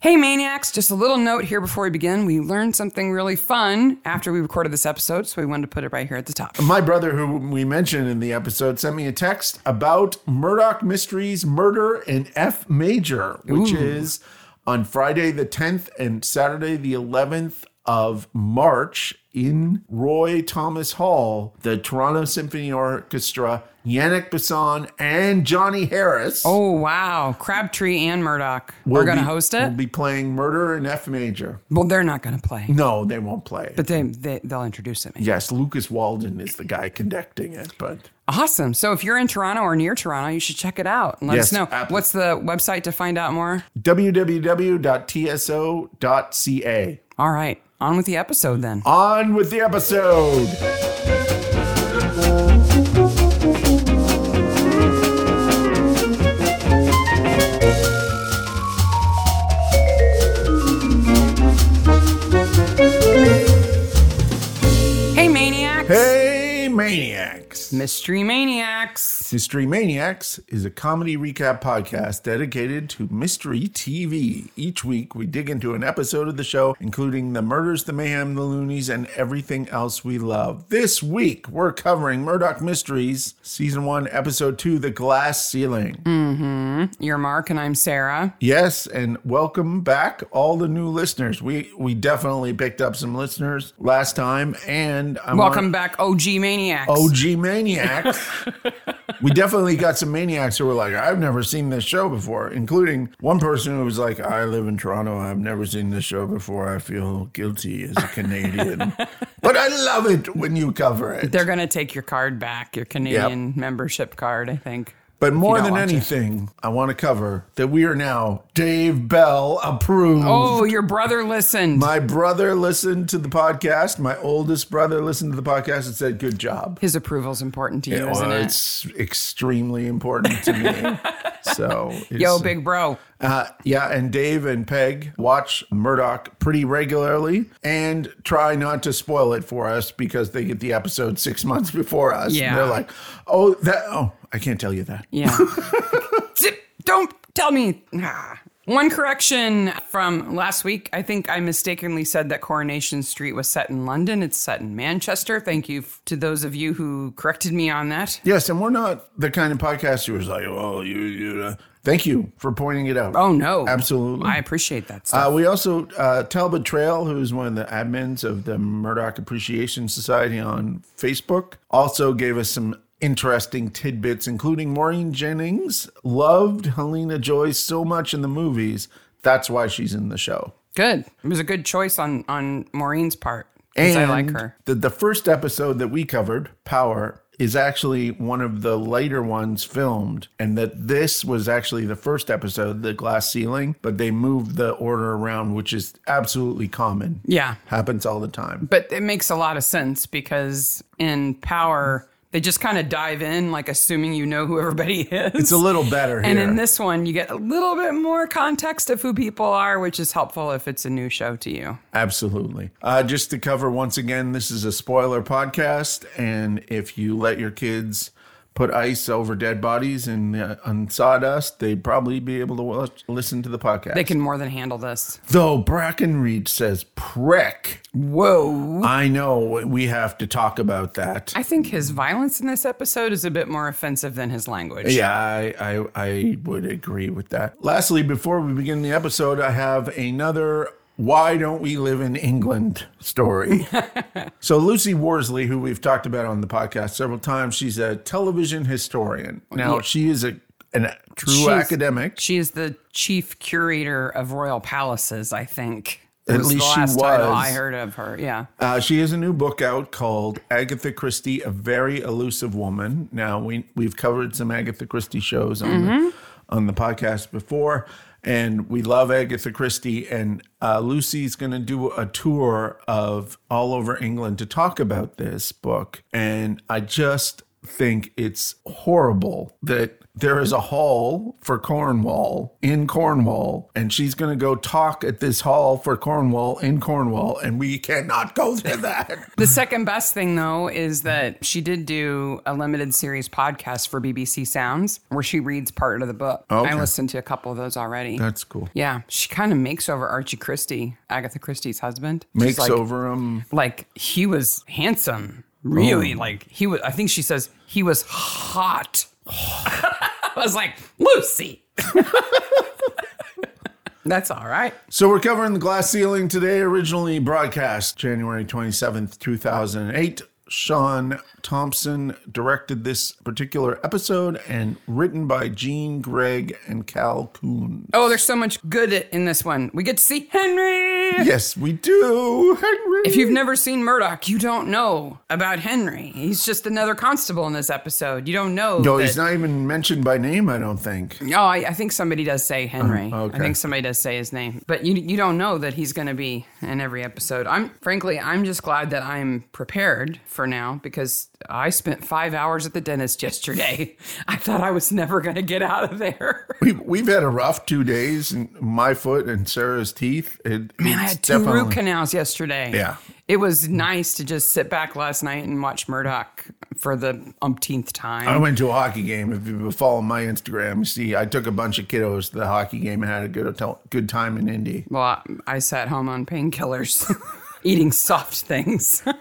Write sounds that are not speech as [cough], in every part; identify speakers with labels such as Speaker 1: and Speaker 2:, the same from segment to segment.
Speaker 1: Hey, maniacs, just a little note here before we begin. We learned something really fun after we recorded this episode, so we wanted to put it right here at the top.
Speaker 2: My brother, who we mentioned in the episode, sent me a text about Murdoch Mysteries Murder in F Major, which is on Friday the 10th and Saturday the 11th of March in Roy Thomas Hall, the Toronto Symphony Orchestra, Yannick Basson, and Johnny Harris.
Speaker 1: Oh, wow. Crabtree and Murdoch.
Speaker 2: will
Speaker 1: We're going to
Speaker 2: be-
Speaker 1: host
Speaker 2: Will
Speaker 1: it?
Speaker 2: be playing Murder in F Major.
Speaker 1: Well, they're not going to play,
Speaker 2: No, they won't play it.
Speaker 1: but they, they, they'll introduce it. maybe.
Speaker 2: yes, Lucas Walden is the guy conducting it, but
Speaker 1: Awesome. So if you're in Toronto or near Toronto, you should check it out and let
Speaker 2: Yes,
Speaker 1: us know.
Speaker 2: absolutely.
Speaker 1: What's the website to find out more?
Speaker 2: www.tso.ca.
Speaker 1: All right. On with the episode then.
Speaker 2: On with the episode.
Speaker 1: Hey, maniacs.
Speaker 2: Hey, Maniacs.
Speaker 1: Mystery maniacs.
Speaker 2: Mystery Maniacs is a comedy recap podcast dedicated to mystery TV. Each week, we dig into an episode of the show, including the murders, the mayhem, the loonies, and everything else we love. This week, we're covering Murdoch Mysteries, Season 1, Episode 2, The Glass Ceiling.
Speaker 1: You're Mark and I'm Sarah.
Speaker 2: Yes, and welcome back all the new listeners. We we definitely picked up some listeners last time, and I'm
Speaker 1: Welcome back, OG maniacs.
Speaker 2: OG maniacs.
Speaker 1: [laughs]
Speaker 2: we definitely got some maniacs who were like, "I've never seen this show before," including one person who was like, "I live in Toronto. I've never seen this show before. I feel guilty as
Speaker 1: [laughs]
Speaker 2: a Canadian, but I love it when you cover it."
Speaker 1: They're going to take your card back, your Canadian membership card, I think.
Speaker 2: But more
Speaker 1: don't
Speaker 2: than
Speaker 1: watch it.
Speaker 2: anything, I want to cover that we are now Dave Bell approved.
Speaker 1: Oh, your brother listened.
Speaker 2: My brother listened to the podcast. My oldest brother listened to the podcast and said, "Good job."
Speaker 1: His approval's important to you,
Speaker 2: Well,
Speaker 1: isn't it?
Speaker 2: it's extremely important
Speaker 1: [laughs]
Speaker 2: to me. so, it's-
Speaker 1: Yo, big bro.
Speaker 2: uh, yeah, and Dave and Peg watch Murdoch pretty regularly and try not to spoil it for us because they get the episode six months before us.
Speaker 1: Yeah.
Speaker 2: And they're like, "Oh, that. Oh, I can't tell you that." [laughs]
Speaker 1: Yeah. Zip, don't tell me. Ah. One correction from last week. I think I mistakenly said that Coronation Street was set in London. It's set in Manchester. Thank you f- to those of you who corrected me on that.
Speaker 2: Yes, and we're not the kind of podcast who is like, "Well, you, you." Uh, thank you for pointing it out.
Speaker 1: Oh, no.
Speaker 2: absolutely.
Speaker 1: I appreciate that stuff.
Speaker 2: Uh, we also uh, Talbot Trail, who's one of the admins of the Murdoch Appreciation Society on Facebook, also gave us some interesting tidbits, including Maureen Jennings loved Helena Joy so much in the movies. That's why she's in the show.
Speaker 1: Good. It was a good choice on on Maureen's part. 'cause I like
Speaker 2: And
Speaker 1: her.
Speaker 2: The, the first episode that we covered, Power, is actually one of the later ones filmed, and that this was actually the first episode, The Glass Ceiling, but they moved the order around, which is absolutely common.
Speaker 1: Yeah.
Speaker 2: Happens all the time.
Speaker 1: But it makes a lot of sense because in Power, they just kind of dive in, like assuming you know who everybody [laughs] is.
Speaker 2: It's a little better here.
Speaker 1: and in this one, you get a little bit more context of who people are, which is helpful if it's a new show to you.
Speaker 2: Absolutely. Uh, just to cover once again, this is a spoiler podcast. And if you let your kids put ice over dead bodies and uh, on sawdust, they'd probably be able to watch, listen to the podcast.
Speaker 1: They can more than handle this.
Speaker 2: Though Brackenreed says prick.
Speaker 1: Whoa.
Speaker 2: I know we have to talk about that.
Speaker 1: I think his violence in this episode is a bit more offensive than his language.
Speaker 2: Yeah, I, I I would agree with that. Lastly, before we begin the episode, I have another why don't we live in England
Speaker 1: [laughs]
Speaker 2: story. so Lucy Worsley, who we've talked about on the podcast several times, she's a television historian. Now she is a an a- true
Speaker 1: She's-
Speaker 2: academic.
Speaker 1: She is the chief curator of royal palaces, I think.
Speaker 2: At
Speaker 1: was
Speaker 2: least
Speaker 1: the
Speaker 2: she
Speaker 1: last title
Speaker 2: was.
Speaker 1: I heard of her. Yeah.
Speaker 2: Uh, she has a new book out called Agatha Christie, A Very Elusive Woman. Now, we, we've covered some Agatha Christie shows on, the, on the podcast before, and we love Agatha Christie. And uh, Lucy's going to do a tour of all over England to talk about this book. And I just think it's horrible that there is a hall for Cornwall in Cornwall, and she's going to go talk at this hall for Cornwall in Cornwall, and we cannot go to that.
Speaker 1: The second best thing, though, is that she did do a limited series podcast for BBC Sounds where she reads part of the book.
Speaker 2: Okay.
Speaker 1: I listened to a couple of those already.
Speaker 2: [laughs] That's cool.
Speaker 1: yeah, she kind of makes over Archie Christie, Agatha Christie's husband. She's
Speaker 2: Makes
Speaker 1: like,
Speaker 2: over him.
Speaker 1: like he was handsome,
Speaker 2: Oh.
Speaker 1: really. Like he was. I think she says he was hot. [laughs] I was like Lucy. [laughs] That's all right.
Speaker 2: So we're covering the glass ceiling today, originally broadcast January 27th, 2008. Sean Thompson directed this particular episode and written by Gene Gregg and Cal Coon.
Speaker 1: Oh, there's so much good in this one. We get to see Henry.
Speaker 2: Yes, we do, Henry.
Speaker 1: If you've never seen Murdoch, you don't know about Henry. He's just another constable in this episode. You don't know.
Speaker 2: no,
Speaker 1: that-
Speaker 2: he's not even mentioned by name, I don't think.
Speaker 1: Oh, I, I think somebody does say Henry.
Speaker 2: Uh-huh. okay.
Speaker 1: I think somebody does say his name, but you you don't know that he's going to be in every episode. I'm frankly, I'm just glad that I'm prepared for now because I spent five hours at the dentist yesterday. [laughs] I thought I was never going to get out of
Speaker 2: [laughs]
Speaker 1: there.
Speaker 2: We've, we've had a rough two days, and my foot and Sarah's teeth. It,
Speaker 1: Man, I
Speaker 2: it's
Speaker 1: had two root
Speaker 2: definitely-
Speaker 1: canals yesterday.
Speaker 2: Yeah.
Speaker 1: It was nice to just sit back last night and watch Murdoch for the umpteenth time.
Speaker 2: I went to a hockey game. If you follow my Instagram, you see I took a bunch of kiddos to the hockey game and had a good hotel- good time in Indy.
Speaker 1: Well, I, I sat home on painkillers, [laughs] eating soft things. [laughs]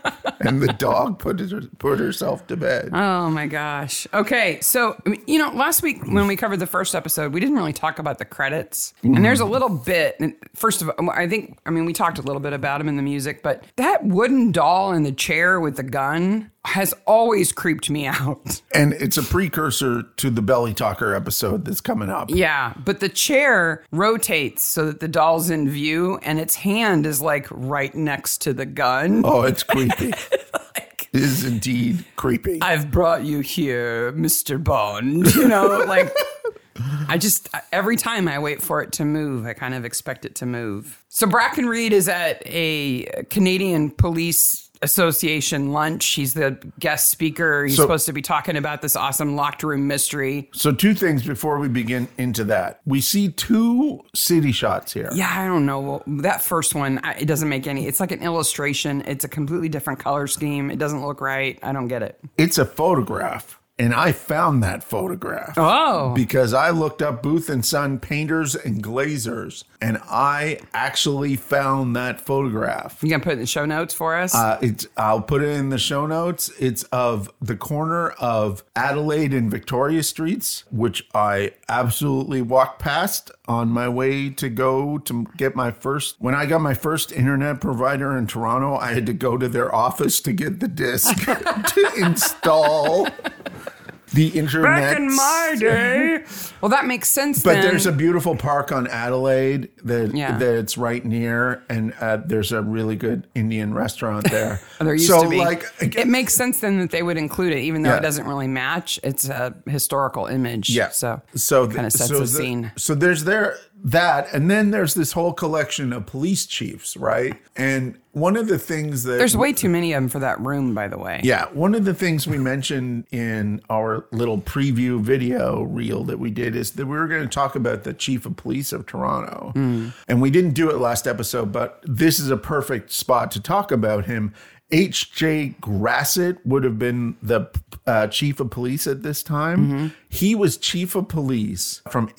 Speaker 2: And the [laughs] dog put her, put herself to bed.
Speaker 1: oh my gosh. Okay. So, I mean, you know, last week when we covered the first episode, we didn't really talk about the credits. And there's a little bit. and First of all, I think, I mean, we talked a little bit about him in the music, but that wooden doll in the chair with the gun has always creeped me [laughs] out.
Speaker 2: And it's a precursor to the Belly Talker episode that's coming up.
Speaker 1: Yeah, but the chair rotates so that the doll's in view and its hand is like right next to the gun.
Speaker 2: Oh, it's creepy.
Speaker 1: [laughs] Like,
Speaker 2: it is indeed creepy.
Speaker 1: I've brought you here, Mr. Bond. You know, like I just every time I wait for it to move, I kind of expect it to move. So Bracken Reed is at a Canadian police association lunch. He's the guest speaker. He's
Speaker 2: So-
Speaker 1: supposed to be talking about this awesome locked room mystery.
Speaker 2: so two things before we begin into that. We see two city shots here.
Speaker 1: Yeah, I don't know. Well, that first one, I, it doesn't make any. It's like an illustration. It's a completely different color scheme. It doesn't look right. I don't get it.
Speaker 2: It's a photograph. And I found that photograph.
Speaker 1: Oh,
Speaker 2: because I looked up Booth and Son painters and glazers, and I actually found that photograph.
Speaker 1: you gonna put it in the show notes for us?
Speaker 2: Uh, it's I'll put it in the show notes. It's of the corner of Adelaide and Victoria Streets, which I absolutely walked past on my way to go to get my first. When I got my first internet provider in Toronto, I had to go to their office to get the disc [laughs] to install the internet.
Speaker 1: day. [laughs] well, that makes sense.
Speaker 2: But
Speaker 1: then.
Speaker 2: there's a beautiful park on Adelaide that
Speaker 1: Yeah.
Speaker 2: that it's right near, and uh, there's a really good Indian restaurant there.
Speaker 1: [laughs] Oh, there used
Speaker 2: so
Speaker 1: to be.
Speaker 2: like
Speaker 1: it makes sense then that they would include it, even though
Speaker 2: Yeah.
Speaker 1: it doesn't really match. It's a historical image.
Speaker 2: yeah,
Speaker 1: So
Speaker 2: so
Speaker 1: kind of sets
Speaker 2: so
Speaker 1: the
Speaker 2: the-
Speaker 1: scene.
Speaker 2: So there's there that, and then there's this whole collection of police chiefs, right? And one of the things that
Speaker 1: There's way too many of them for that room, by the way.
Speaker 2: Yeah, one of the things we mentioned in our little preview video reel that we did is that we were going to talk about the chief of police of Toronto.
Speaker 1: Hmm.
Speaker 2: And we didn't do it last episode, but this is a perfect spot to talk about him. H.J. Grassett would have been the uh, chief of police at this time.
Speaker 1: Mm-hmm.
Speaker 2: He was chief of police from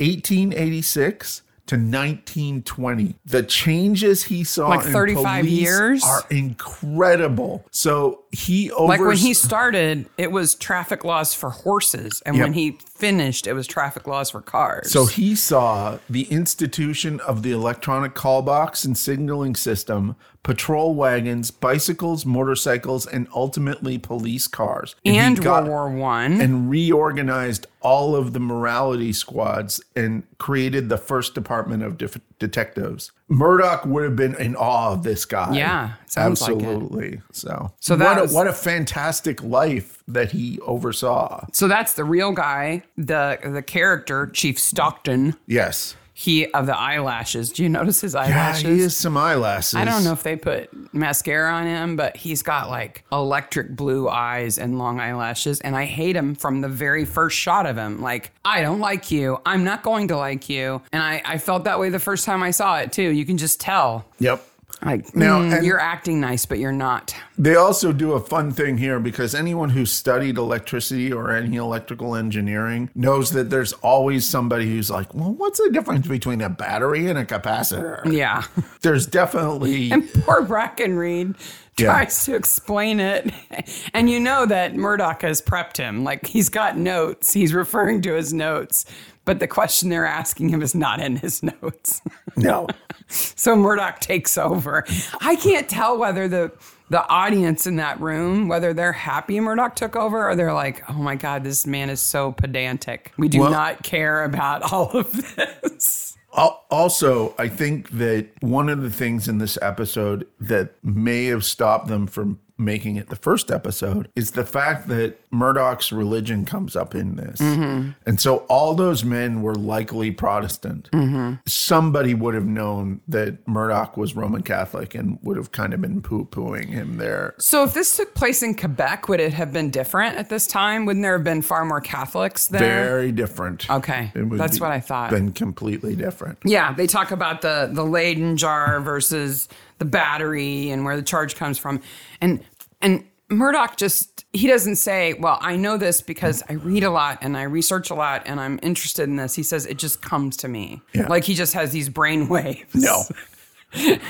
Speaker 2: 1886 to 1920. The changes he saw
Speaker 1: Like
Speaker 2: in
Speaker 1: 35
Speaker 2: police
Speaker 1: years?
Speaker 2: are incredible. So he over
Speaker 1: Like when he started, it was traffic laws for horses, and
Speaker 2: Yep.
Speaker 1: when he finished, it was traffic laws for cars.
Speaker 2: so he saw the institution of the electronic call box and signaling system, patrol wagons, bicycles, motorcycles, and ultimately police cars. he
Speaker 1: and
Speaker 2: got-
Speaker 1: World War One.
Speaker 2: and reorganized all of the morality squads and created the first department of def- detectives. Murdoch would have been in awe of this guy.
Speaker 1: Yeah, sounds like it.
Speaker 2: absolutely. So,
Speaker 1: So that
Speaker 2: what a,
Speaker 1: was-
Speaker 2: what a fantastic life that he oversaw.
Speaker 1: so that's the real guy, the the character Chief Stockton.
Speaker 2: Yes.
Speaker 1: he of the eyelashes. Do you notice his
Speaker 2: Yeah,
Speaker 1: eyelashes?
Speaker 2: he has some eyelashes.
Speaker 1: I don't know if they put mascara on him, but he's got like electric blue eyes and long eyelashes. And I hate him from the very first shot of him. Like, I don't like you. I'm not going to like you. And I, I felt that way the first time I saw it, too. You can just tell.
Speaker 2: Yep.
Speaker 1: Like,
Speaker 2: Now,
Speaker 1: mm,
Speaker 2: and-
Speaker 1: you're acting nice, but you're not.
Speaker 2: They also do a fun thing here because anyone who studied electricity or any electrical engineering knows that there's always somebody who's like, well, what's the difference between a battery and a capacitor?
Speaker 1: Yeah. [laughs]
Speaker 2: There's definitely.
Speaker 1: Poor Brackenreed
Speaker 2: Yeah.
Speaker 1: tries to explain it. [laughs] And you know that Murdoch has prepped him. Like he's got notes. He's referring to his notes, but the question they're asking him is not in his [laughs] notes.
Speaker 2: No.
Speaker 1: so Murdoch takes over. I can't tell whether the the audience in that room, whether they're happy Murdoch took over or they're like, oh my God, this man is so pedantic. We do
Speaker 2: Well-
Speaker 1: not care about all of this.
Speaker 2: Al- Also, I think that one of the things in this episode that may have stopped them from making it the first episode is the fact that Murdoch's religion comes up in this.
Speaker 1: Mm-hmm.
Speaker 2: And so all those men were likely Protestant.
Speaker 1: Mm-hmm.
Speaker 2: Somebody would have known that Murdoch was Roman Catholic and would have kind of been poo pooing him there.
Speaker 1: So if this took place in Quebec, would it have been different at this time? Wouldn't there have been far more Catholics there?
Speaker 2: Very different.
Speaker 1: Okay. That's what I thought.
Speaker 2: Been completely different.
Speaker 1: [laughs] Yeah, they talk about the the Leyden jar versus the battery and where the charge comes from. And and Murdoch just he doesn't say, "Well, I know this because I read a lot and I research a lot and I'm interested in this." He says it just comes to me.
Speaker 2: Yeah.
Speaker 1: Like he just has these brain [laughs] waves.
Speaker 2: No.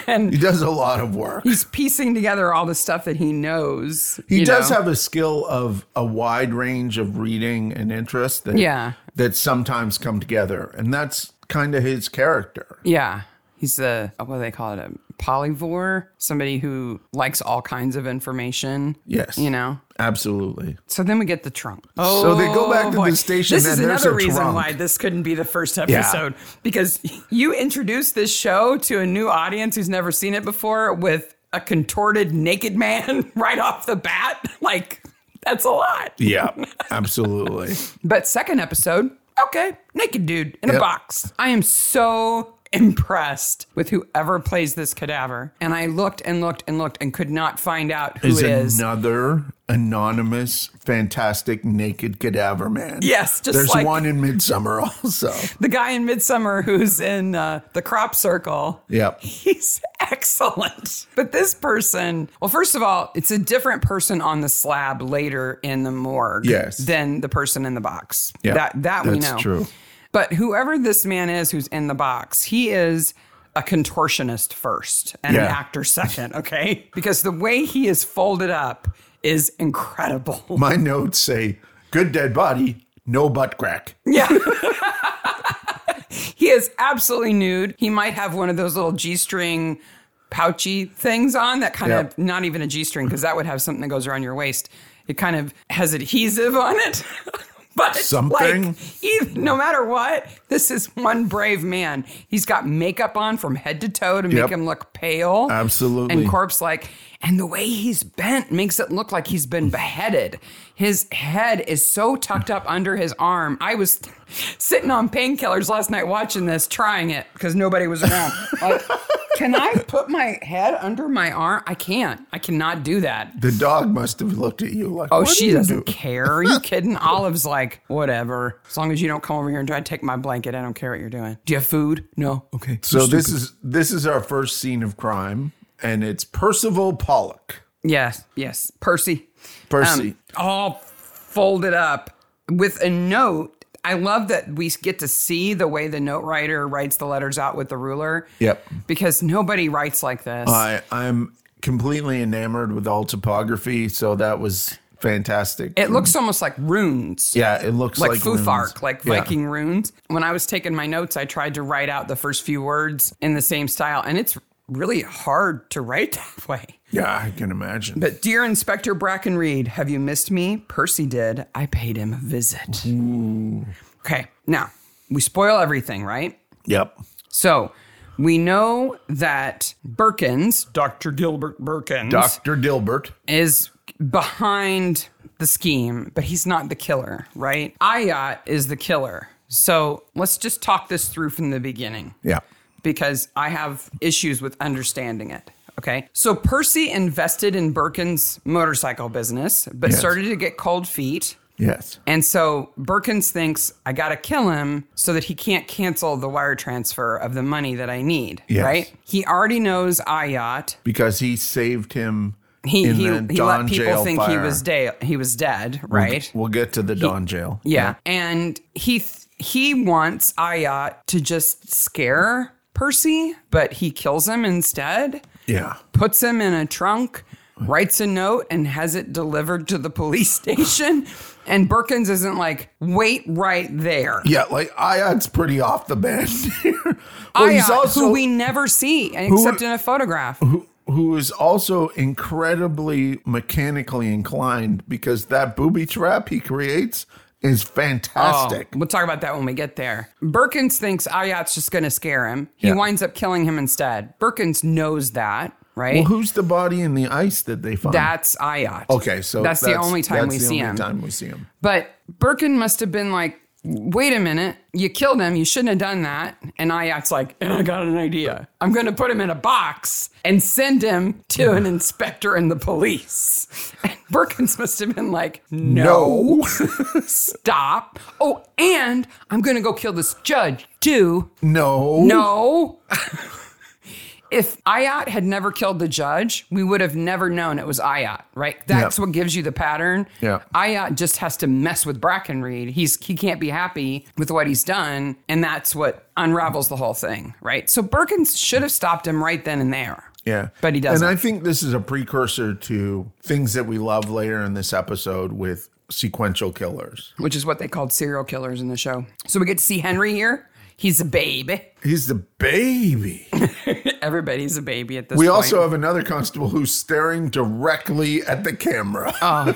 Speaker 1: And
Speaker 2: He does a lot of work.
Speaker 1: he's piecing together all the stuff that he knows.
Speaker 2: He
Speaker 1: you
Speaker 2: does
Speaker 1: know?
Speaker 2: have a skill of a wide range of reading and interest that
Speaker 1: Yeah.
Speaker 2: that sometimes come together, and that's kind of his character.
Speaker 1: Yeah. He's a, what do they call it? A polyvore? Somebody who likes all kinds of information.
Speaker 2: Yes,
Speaker 1: You know?
Speaker 2: absolutely.
Speaker 1: So then we get the trunk. Oh,
Speaker 2: So they go back to
Speaker 1: boy.
Speaker 2: the station
Speaker 1: This
Speaker 2: and
Speaker 1: is
Speaker 2: there's
Speaker 1: another
Speaker 2: a
Speaker 1: reason
Speaker 2: trunk.
Speaker 1: why this couldn't be the first episode because you introduce this show to a new audience who's never seen it before with a contorted naked man [laughs] right off the bat. Like, that's a lot.
Speaker 2: Yeah, [laughs] absolutely.
Speaker 1: But second episode, okay, naked dude in a
Speaker 2: Yep.
Speaker 1: box. I am so impressed with whoever plays this cadaver. And I looked and looked and looked and could not find out who
Speaker 2: Is
Speaker 1: it is.
Speaker 2: another anonymous, fantastic naked cadaver man.
Speaker 1: Yes, just
Speaker 2: there's
Speaker 1: like-
Speaker 2: one in Midsummer [laughs] also.
Speaker 1: the guy in Midsummer who's in uh, the crop circle. [laughs]
Speaker 2: Yep.
Speaker 1: He's excellent. But this person, well, first of all, it's a different person on the slab later in the morgue
Speaker 2: Yes.
Speaker 1: than the person in the box.
Speaker 2: Yeah,
Speaker 1: that that we
Speaker 2: that's
Speaker 1: know.
Speaker 2: true.
Speaker 1: But whoever this man is who's in the box, he is a contortionist first and an
Speaker 2: Yeah.
Speaker 1: actor second, okay? [laughs] Because the way he is folded up is incredible.
Speaker 2: My notes say, "Good dead body, no butt crack."
Speaker 1: Yeah.
Speaker 2: [laughs]
Speaker 1: [laughs] he is absolutely nude. He might have one of those little G string pouchy things on that kind
Speaker 2: Yep.
Speaker 1: of not even a G string because that would have something that goes around your waist. It kind of has adhesive on it. [laughs] but
Speaker 2: Something.
Speaker 1: like eith- no matter what, this is one brave man. He's got makeup on from head to toe to
Speaker 2: Yep.
Speaker 1: make him look pale.
Speaker 2: Absolutely.
Speaker 1: And corpse like. And the way he's bent makes it look like he's been beheaded. His head is so tucked up under his arm. I was sitting on painkillers last night watching this, trying it because nobody was around. [laughs] Like, can I put my head under my arm? I can't. I cannot do that.
Speaker 2: The dog must have looked at you like,
Speaker 1: Oh,
Speaker 2: "What are
Speaker 1: she
Speaker 2: you
Speaker 1: doesn't
Speaker 2: doing?"
Speaker 1: care. Are
Speaker 2: [laughs]
Speaker 1: you kidding? Olive's like, whatever. As long as you don't come over here and try to take my blanket, I don't care what you're doing. Do you have food? No. Okay.
Speaker 2: So this is this is our first scene of crime, and it's Percival Pollock.
Speaker 1: Yes. Yes. Percy. Um,
Speaker 2: Percy.
Speaker 1: all folded up with a note. I love that we get to see the way the note writer writes the letters out with the ruler.
Speaker 2: Yep.
Speaker 1: Because nobody writes like this.
Speaker 2: I I'm completely enamored with all topography, so that was fantastic.
Speaker 1: it looks almost like runes.
Speaker 2: yeah, it looks
Speaker 1: Like,
Speaker 2: like
Speaker 1: Futhark,
Speaker 2: runes.
Speaker 1: like
Speaker 2: Yeah.
Speaker 1: Viking runes. When I was taking my notes, I tried to write out the first few words in the same style, and it's really hard to write [laughs] that way.
Speaker 2: Yeah, I can imagine.
Speaker 1: But dear Inspector Brackenreed, have you missed me? Percy did. I paid him a visit. Okay, now we spoil everything, right?
Speaker 2: yep.
Speaker 1: So we know that Birkins, Dr. Gilbert Birkins,
Speaker 2: Dr. Dilbert.
Speaker 1: is behind the scheme, but he's not the killer, right? Ayat is the killer. So let's just talk this through from the beginning
Speaker 2: Yeah.
Speaker 1: because I have issues with understanding it. Okay. So Percy invested in Birkin's motorcycle business, but
Speaker 2: Yes.
Speaker 1: started to get cold feet.
Speaker 2: Yes.
Speaker 1: And so Birkins thinks, I got to kill him so that he can't cancel the wire transfer of the money that I need.
Speaker 2: Yes.
Speaker 1: Right? He already knows Ayat.
Speaker 2: Because he saved him.
Speaker 1: He,
Speaker 2: in
Speaker 1: he,
Speaker 2: the
Speaker 1: he
Speaker 2: Don
Speaker 1: let people
Speaker 2: jail
Speaker 1: think he
Speaker 2: fire.
Speaker 1: was, da- he was dead. Right?
Speaker 2: We'll get to the Don jail.
Speaker 1: Yeah. And he th- he wants Ayat to just scare Percy, but he kills him instead,
Speaker 2: Yeah.
Speaker 1: puts him in a trunk, writes a note, and has it delivered to the police [laughs] station. And Birkins isn't like, wait right there.
Speaker 2: Yeah, like Ayad's pretty off the bend. here. [laughs] well,
Speaker 1: Ayat,
Speaker 2: he's also
Speaker 1: uh, who we never see except in a photograph.
Speaker 2: who- who is also incredibly mechanically inclined because that booby trap he creates is fantastic.
Speaker 1: Oh, we'll talk about that when we get there. Birkins thinks Ayat's just going to scare him. He
Speaker 2: Yeah.
Speaker 1: winds up killing him instead. Birkins knows that, right?
Speaker 2: Well, who's the body in the ice that they find?
Speaker 1: That's Ayat.
Speaker 2: okay, so
Speaker 1: that's, the only time
Speaker 2: that's
Speaker 1: we
Speaker 2: the
Speaker 1: see
Speaker 2: only
Speaker 1: him.
Speaker 2: Time we see him.
Speaker 1: But Birkin must have been like, "Wait a minute, you killed him. You shouldn't have done that." And Ayat's like, "And I got an idea. I'm going to put him in a box and send him to an inspector in the police." And Birkins must have been like, "No, stop. Oh, and I'm going to go kill this judge too."
Speaker 2: No, [laughs]
Speaker 1: No. If Ayat had never killed the judge, we would have never known it was Ayat, right? That's
Speaker 2: Yeah.
Speaker 1: what gives you the pattern.
Speaker 2: Yeah.
Speaker 1: Ayat just has to mess with Brackenreed. He's he can't be happy with what he's done, and that's what unravels the whole thing, right? So Birkins should have stopped him right then and there.
Speaker 2: Yeah.
Speaker 1: But he doesn't.
Speaker 2: And I think this is a precursor to things that we love later in this episode with sequential killers.
Speaker 1: Which is what they called serial killers in the show. So we get to see Henry here. He's a baby. [laughs]
Speaker 2: He's the baby.
Speaker 1: Everybody's a baby at this
Speaker 2: We
Speaker 1: point.
Speaker 2: also have another constable who's staring directly at the camera.
Speaker 1: Uh.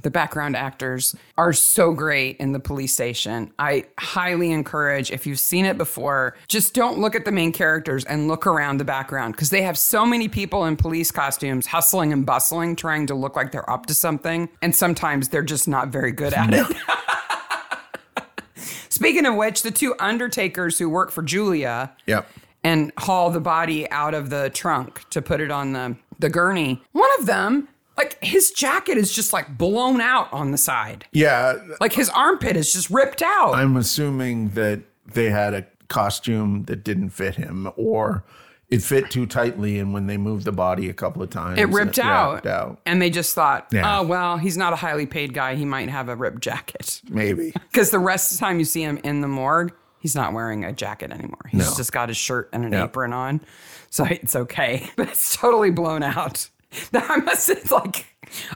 Speaker 1: the background actors are so great in the police station. I highly encourage if you've seen it before, just don't look at the main characters and look around the background because they have so many people in police costumes hustling and bustling trying to look like they're up to something and sometimes they're just not very good at it. [laughs] Speaking of which, the two undertakers who work for Julia
Speaker 2: yep.
Speaker 1: and haul the body out of the trunk to put it on the, the gurney. One of them, like his jacket is just like blown out on the side.
Speaker 2: Yeah.
Speaker 1: Like his armpit is just ripped out.
Speaker 2: I'm assuming that they had a costume that didn't fit him or it fit too tightly. And when they moved the body a couple of times,
Speaker 1: it ripped out.
Speaker 2: ripped out.
Speaker 1: And they just thought,
Speaker 2: Yeah.
Speaker 1: oh, well, he's not a highly paid guy. He might have a ripped jacket.
Speaker 2: Maybe.
Speaker 1: Because the rest of the time you see him in the morgue, he's not wearing a jacket anymore. He's
Speaker 2: No.
Speaker 1: just got his shirt and an
Speaker 2: Yeah.
Speaker 1: apron on. So [laughs] it's okay. But it's totally blown out. [laughs] I must it's like,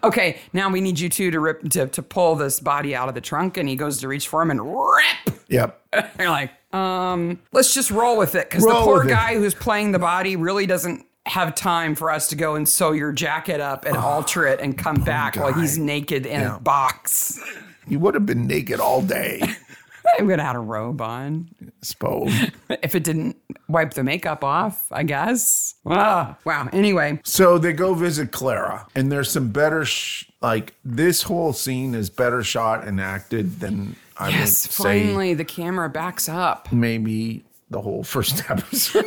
Speaker 1: okay, now we need you two to rip to, to pull this body out of the trunk. And he goes to reach for him and rip.
Speaker 2: Yep.
Speaker 1: And you're like, um, let's just roll with it. Because the
Speaker 2: Roll
Speaker 1: poor
Speaker 2: with it.
Speaker 1: guy who's playing the body really doesn't have time for us to go and sew your jacket up and alter it and come back while he's naked in
Speaker 2: Ah, Yeah.
Speaker 1: a box. [laughs]
Speaker 2: He would have been naked all day,
Speaker 1: I would have had a robe on.
Speaker 2: I suppose.
Speaker 1: if it didn't wipe the makeup off, I guess. Wow. Wow. Anyway,
Speaker 2: So they go visit Clara, and there's some better, sh- like this whole scene is better shot and acted than I
Speaker 1: yes,
Speaker 2: would say
Speaker 1: finally the camera backs up.
Speaker 2: maybe the whole first [laughs] episode.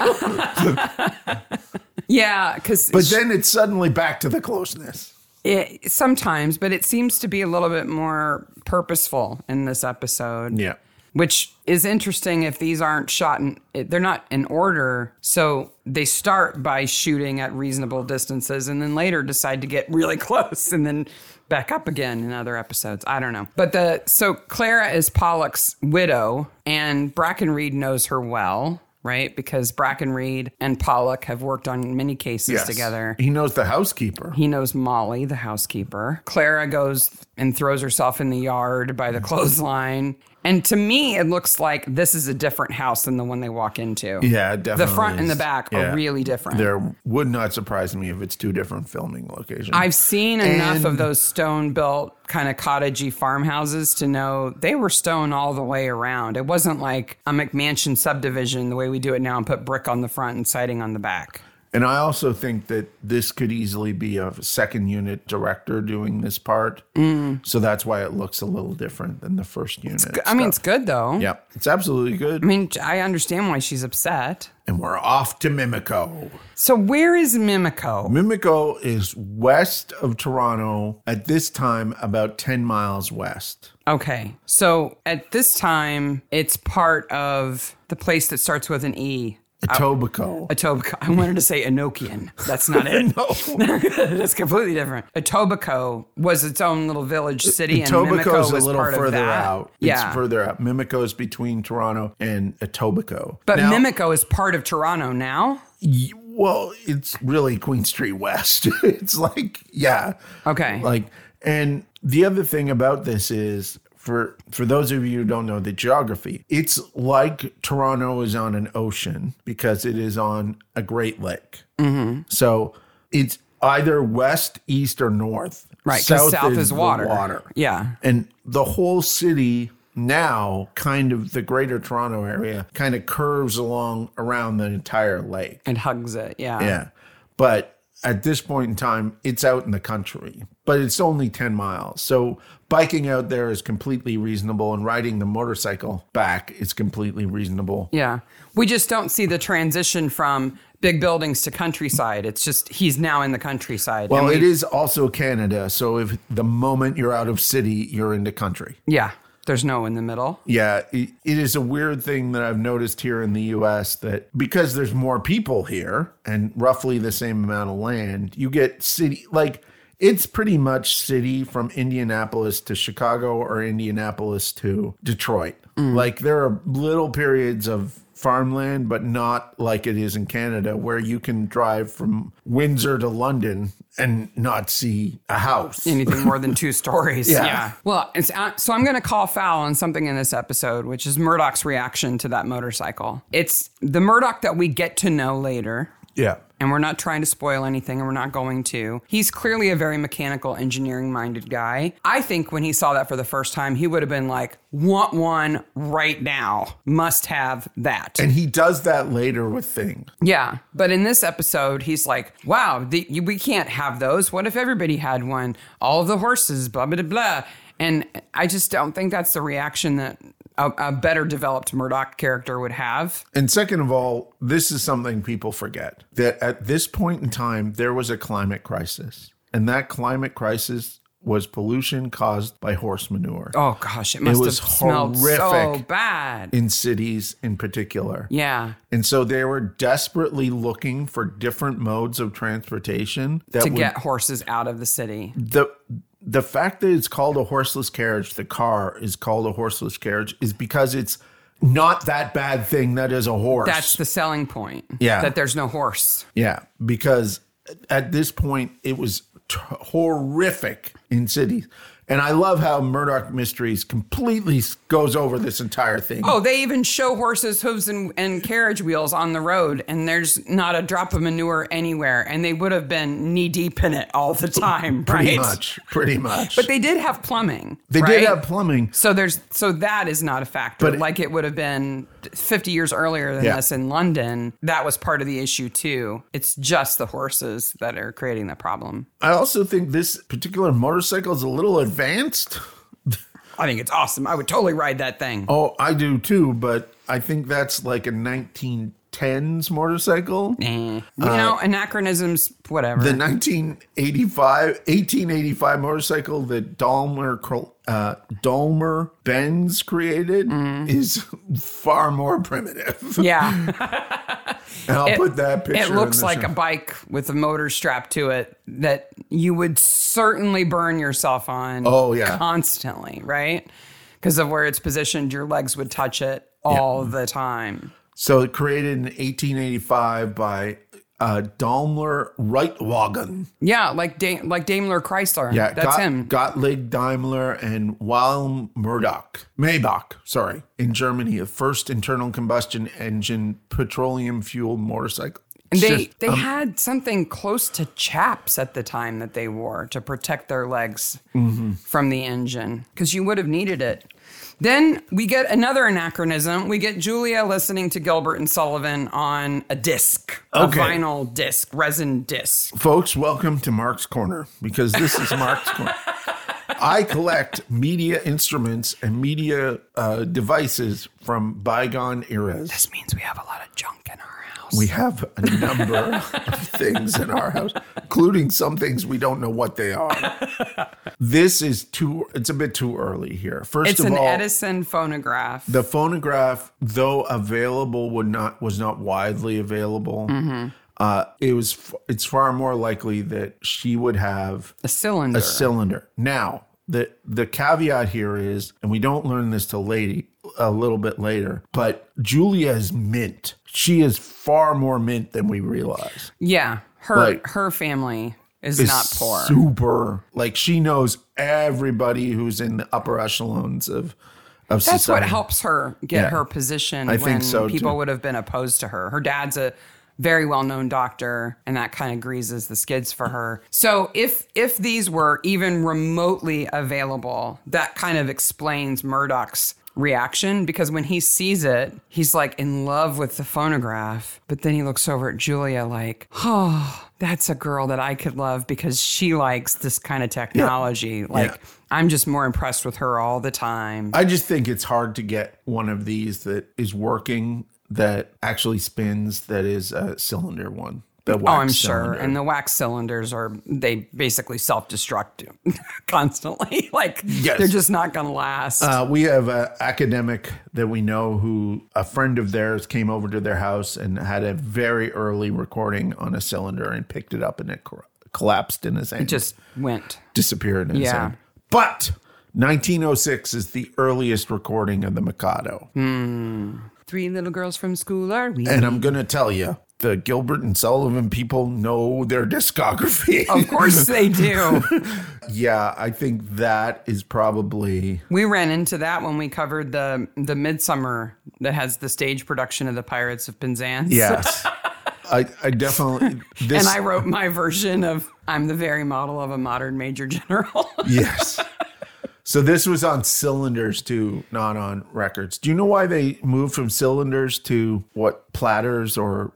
Speaker 1: Yeah, because
Speaker 2: but then it's suddenly back to the closeness.
Speaker 1: it, sometimes, but it seems to be a little bit more purposeful in this episode.
Speaker 2: Yeah.
Speaker 1: Which is interesting if these aren't shot in, they're not in order. So they start by shooting at reasonable distances and then later decide to get really [laughs] close and then back up again in other episodes. I don't know. But the, so Clara is Pollock's widow and Brackenreed knows her well, right? Because Brackenreed and Pollock have worked on many cases
Speaker 2: Yes.
Speaker 1: together.
Speaker 2: He knows the housekeeper.
Speaker 1: He knows Molly, the housekeeper. Clara goes and throws herself in the yard by the clothesline. And to me, it looks like this is a different house than the one they walk into.
Speaker 2: Yeah, it
Speaker 1: The
Speaker 2: definitely.
Speaker 1: front and the
Speaker 2: is.
Speaker 1: back
Speaker 2: Yeah.
Speaker 1: are really different.
Speaker 2: There would not surprise me if it's two different filming locations.
Speaker 1: I've seen enough of
Speaker 2: And-
Speaker 1: those stone built kind of cottagey farmhouses to know they were stone all the way around. It wasn't like a McMansion subdivision the way we do it now and put brick on the front and siding on the back.
Speaker 2: And I also think that this could easily be a second unit director doing this part. So that's why it looks a little different than the first unit.
Speaker 1: I mean, Mm. it's
Speaker 2: stuff.
Speaker 1: good though.
Speaker 2: yeah, it's absolutely good.
Speaker 1: I mean, I understand why she's upset.
Speaker 2: And we're off to Mimico.
Speaker 1: So where is Mimico?
Speaker 2: Mimico is west of Toronto at this time, about 10 miles west.
Speaker 1: Okay. So at this time, it's part of the place that starts with an E.
Speaker 2: Etobicoke.
Speaker 1: Etobicoke. I wanted to say Enochian. That's not
Speaker 2: [laughs]
Speaker 1: it. [laughs] That's completely different. Etobicoke was its own little village city, and Mimico
Speaker 2: Etobicoke's
Speaker 1: was
Speaker 2: a little
Speaker 1: part of
Speaker 2: further
Speaker 1: that.
Speaker 2: out.
Speaker 1: Yeah.
Speaker 2: It's further out. Mimico's between Toronto and Etobicoke.
Speaker 1: but
Speaker 2: Now-
Speaker 1: Mimico is part of Toronto now.
Speaker 2: Y- Well, it's really Queen Street West. [laughs] it's like, yeah.
Speaker 1: Okay.
Speaker 2: Like, and the other thing about this is for for those of you who don't know the geography, it's like Toronto is on an ocean because it is on a great lake.
Speaker 1: Mm-hmm.
Speaker 2: So it's either west, east, or north.
Speaker 1: Right, 'cause south is
Speaker 2: the
Speaker 1: water.
Speaker 2: Water.
Speaker 1: Yeah.
Speaker 2: And the whole city now, kind of the greater Toronto area, kind of curves along around the entire lake.
Speaker 1: and hugs it. Yeah.
Speaker 2: Yeah. But at this point in time, it's out in the country, but it's only 10 miles. So biking out there is completely reasonable, and riding the motorcycle back is completely reasonable.
Speaker 1: Yeah. We just don't see the transition from big buildings to countryside. It's just he's now in the countryside.
Speaker 2: Well,
Speaker 1: And we-
Speaker 2: it is also Canada. So if the moment you're out of city, you're into country.
Speaker 1: Yeah. There's no in the middle.
Speaker 2: Yeah, it, it is a weird thing that I've noticed here in the US that because there's more people here and roughly the same amount of land, you get city like it's pretty much city from Indianapolis to Chicago or Indianapolis to Detroit. Like there are little periods of farmland, but not like it is in Canada where you can drive from Windsor to London and not see a house.
Speaker 1: Anything more than two stories.
Speaker 2: Yeah.
Speaker 1: Well, it's, uh, so I'm going to call foul on something in this episode, which is Murdoch's reaction to that motorcycle. It's the Murdoch that we get to know later.
Speaker 2: yeah.
Speaker 1: and we're not trying to spoil anything and we're not going to. He's clearly a very mechanical, engineering minded guy. I think when he saw that for the first time, he would have been like, want one right now, must have that.
Speaker 2: And he does that later with things.
Speaker 1: yeah. But in this episode, he's like, wow, the, you, we can't have those. What if everybody had one? All of the horses, blah, blah, blah, blah. And I just don't think that's the reaction that a, a better developed Murdoch character would have.
Speaker 2: And second of all, this is something people forget that at this point in time, there was a climate crisis. And that climate crisis was pollution caused by horse manure
Speaker 1: Oh gosh, it must
Speaker 2: was
Speaker 1: have smelled so
Speaker 2: horrific.
Speaker 1: bad.
Speaker 2: in cities in particular.
Speaker 1: yeah.
Speaker 2: And so they were desperately looking for different modes of transportation that
Speaker 1: to
Speaker 2: would
Speaker 1: get horses out of the city.
Speaker 2: the the fact that it's called a horseless carriage, the car is called a horseless carriage, is because it's not that bad thing that is a horse.
Speaker 1: That's the selling point.
Speaker 2: Yeah.
Speaker 1: That there's no horse.
Speaker 2: Yeah, because at this point it was t- horrific in cities. And I love how Murdoch Mysteries completely s- goes over this entire thing.
Speaker 1: Oh, they even show horses' hooves and, and carriage wheels on the road, and there's not a drop of manure anywhere. And they would have been knee deep in it all the time,
Speaker 2: pretty
Speaker 1: right?
Speaker 2: much, pretty much.
Speaker 1: But they did have plumbing.
Speaker 2: they
Speaker 1: right?
Speaker 2: did have plumbing.
Speaker 1: So there's so that is not a factor.
Speaker 2: But it-
Speaker 1: like it would have been 50 years earlier than
Speaker 2: Yeah.
Speaker 1: this in London. That was part of the issue too. It's just the horses that are creating the problem.
Speaker 2: I also think this particular motorcycle is a little advanced.
Speaker 1: I think it's awesome. I would totally ride that thing.
Speaker 2: Oh, I do too, but I think that's like a 1910s motorcycle.
Speaker 1: Eh. You
Speaker 2: uh,
Speaker 1: know, anachronisms, whatever.
Speaker 2: The 1985 1885 motorcycle that Dahmer Cro- uh, Dahmer Benz created
Speaker 1: Mm.
Speaker 2: is far more
Speaker 1: [laughs]
Speaker 2: primitive. [laughs]
Speaker 1: yeah.
Speaker 2: And I'll
Speaker 1: It-
Speaker 2: put that picture.
Speaker 1: It
Speaker 2: in
Speaker 1: looks
Speaker 2: the
Speaker 1: like
Speaker 2: show.
Speaker 1: a bike with a motor strapped to it that you would certainly burn yourself on.
Speaker 2: Oh, yeah.
Speaker 1: Constantly, right? Because of where it's positioned, your legs would touch it all the time.
Speaker 2: so it created in 1885 by uh, Daimler Reitwagen.
Speaker 1: Yeah, like da- like Daimler Chrysler.
Speaker 2: Yeah,
Speaker 1: that's
Speaker 2: Gott-
Speaker 1: him.
Speaker 2: Gottlieb Daimler and Wilhelm Murdoch Maybach. Sorry, in Germany, the first internal combustion engine petroleum fueled motorcycle.
Speaker 1: And they
Speaker 2: Just-
Speaker 1: they had something close to chaps at the time that Mm-hmm. they wore to protect their legs from the engine because you would have needed it. Then we get another anachronism. We get Julia listening to Gilbert and Sullivan on a disc,
Speaker 3: Okay.
Speaker 1: a vinyl disc, resin disc.
Speaker 2: Folks, welcome to Mark's Corner because this is Mark's Corner.
Speaker 1: [laughs]
Speaker 2: I collect media instruments and media uh, devices from bygone eras.
Speaker 1: This means we have a lot of junk in our house.
Speaker 2: We have
Speaker 1: [laughs]
Speaker 2: a number of things in our house, including some things we don't know what they are. This is too, it's a bit too early here. First
Speaker 1: it's
Speaker 2: of
Speaker 1: an
Speaker 2: all,
Speaker 1: Edison phonograph.
Speaker 2: the phonograph, though available, would not was not widely available.
Speaker 1: Mm-hmm.
Speaker 2: Uh, it was. f- It's far more likely that she would have
Speaker 1: a cylinder.
Speaker 2: a cylinder. Now, the the caveat here is, and we don't learn this till lady a little bit later, but Julia is mint. She is far more mint than we realize.
Speaker 1: yeah. Her
Speaker 2: Like-
Speaker 1: her family is
Speaker 2: Is
Speaker 1: not poor.
Speaker 2: Super. Like she knows everybody who's in the upper echelons of of
Speaker 1: That's
Speaker 2: society.
Speaker 1: what helps her get
Speaker 2: um, Yeah.
Speaker 1: her position
Speaker 2: I
Speaker 1: when
Speaker 2: think so,
Speaker 1: people
Speaker 2: too.
Speaker 1: would have been opposed to her. Her dad's a very well-known doctor and that kind of greases the skids for her. So if if these were even remotely available, that kind of explains Murdoch's reaction because when he sees it, he's like in love with the phonograph, but then he looks over at Julia like, "Oh, that's a girl that I could love because she likes this kind of technology." Like I'm just more impressed with her all the time.
Speaker 2: I just think it's hard to get one of these that is working that actually spins that is a cylinder one. The
Speaker 1: Oh,
Speaker 2: wax
Speaker 1: I'm sure.
Speaker 2: cylinder.
Speaker 1: And the wax cylinders are they basically self-destruct [laughs] constantly. [laughs] like
Speaker 2: Yes.
Speaker 1: they're just not gonna last.
Speaker 2: Uh, we have an academic that we know who a friend of theirs came over to their house and had a very early recording on a cylinder and picked it up and it cor- collapsed in his hand.
Speaker 1: just went.
Speaker 2: disappeared in his
Speaker 1: Yeah.
Speaker 2: hand. But 1906 is the earliest recording of the Mikado.
Speaker 1: Hmm. Three little girls from school are we?
Speaker 2: And I'm going to tell you, the Gilbert and Sullivan people know their discography.
Speaker 1: [laughs] of course they do.
Speaker 2: yeah, I think that is probably
Speaker 1: we ran into that when we covered the the midsummer that has the stage production of the Pirates of Penzance.
Speaker 2: yes.
Speaker 1: [laughs]
Speaker 2: I, I definitely
Speaker 1: And
Speaker 2: this
Speaker 1: I wrote my version of I'm the very model of a modern major general. [laughs]
Speaker 2: Yes. So this was on cylinders too, not on records. Do you know why they moved from cylinders to what platters or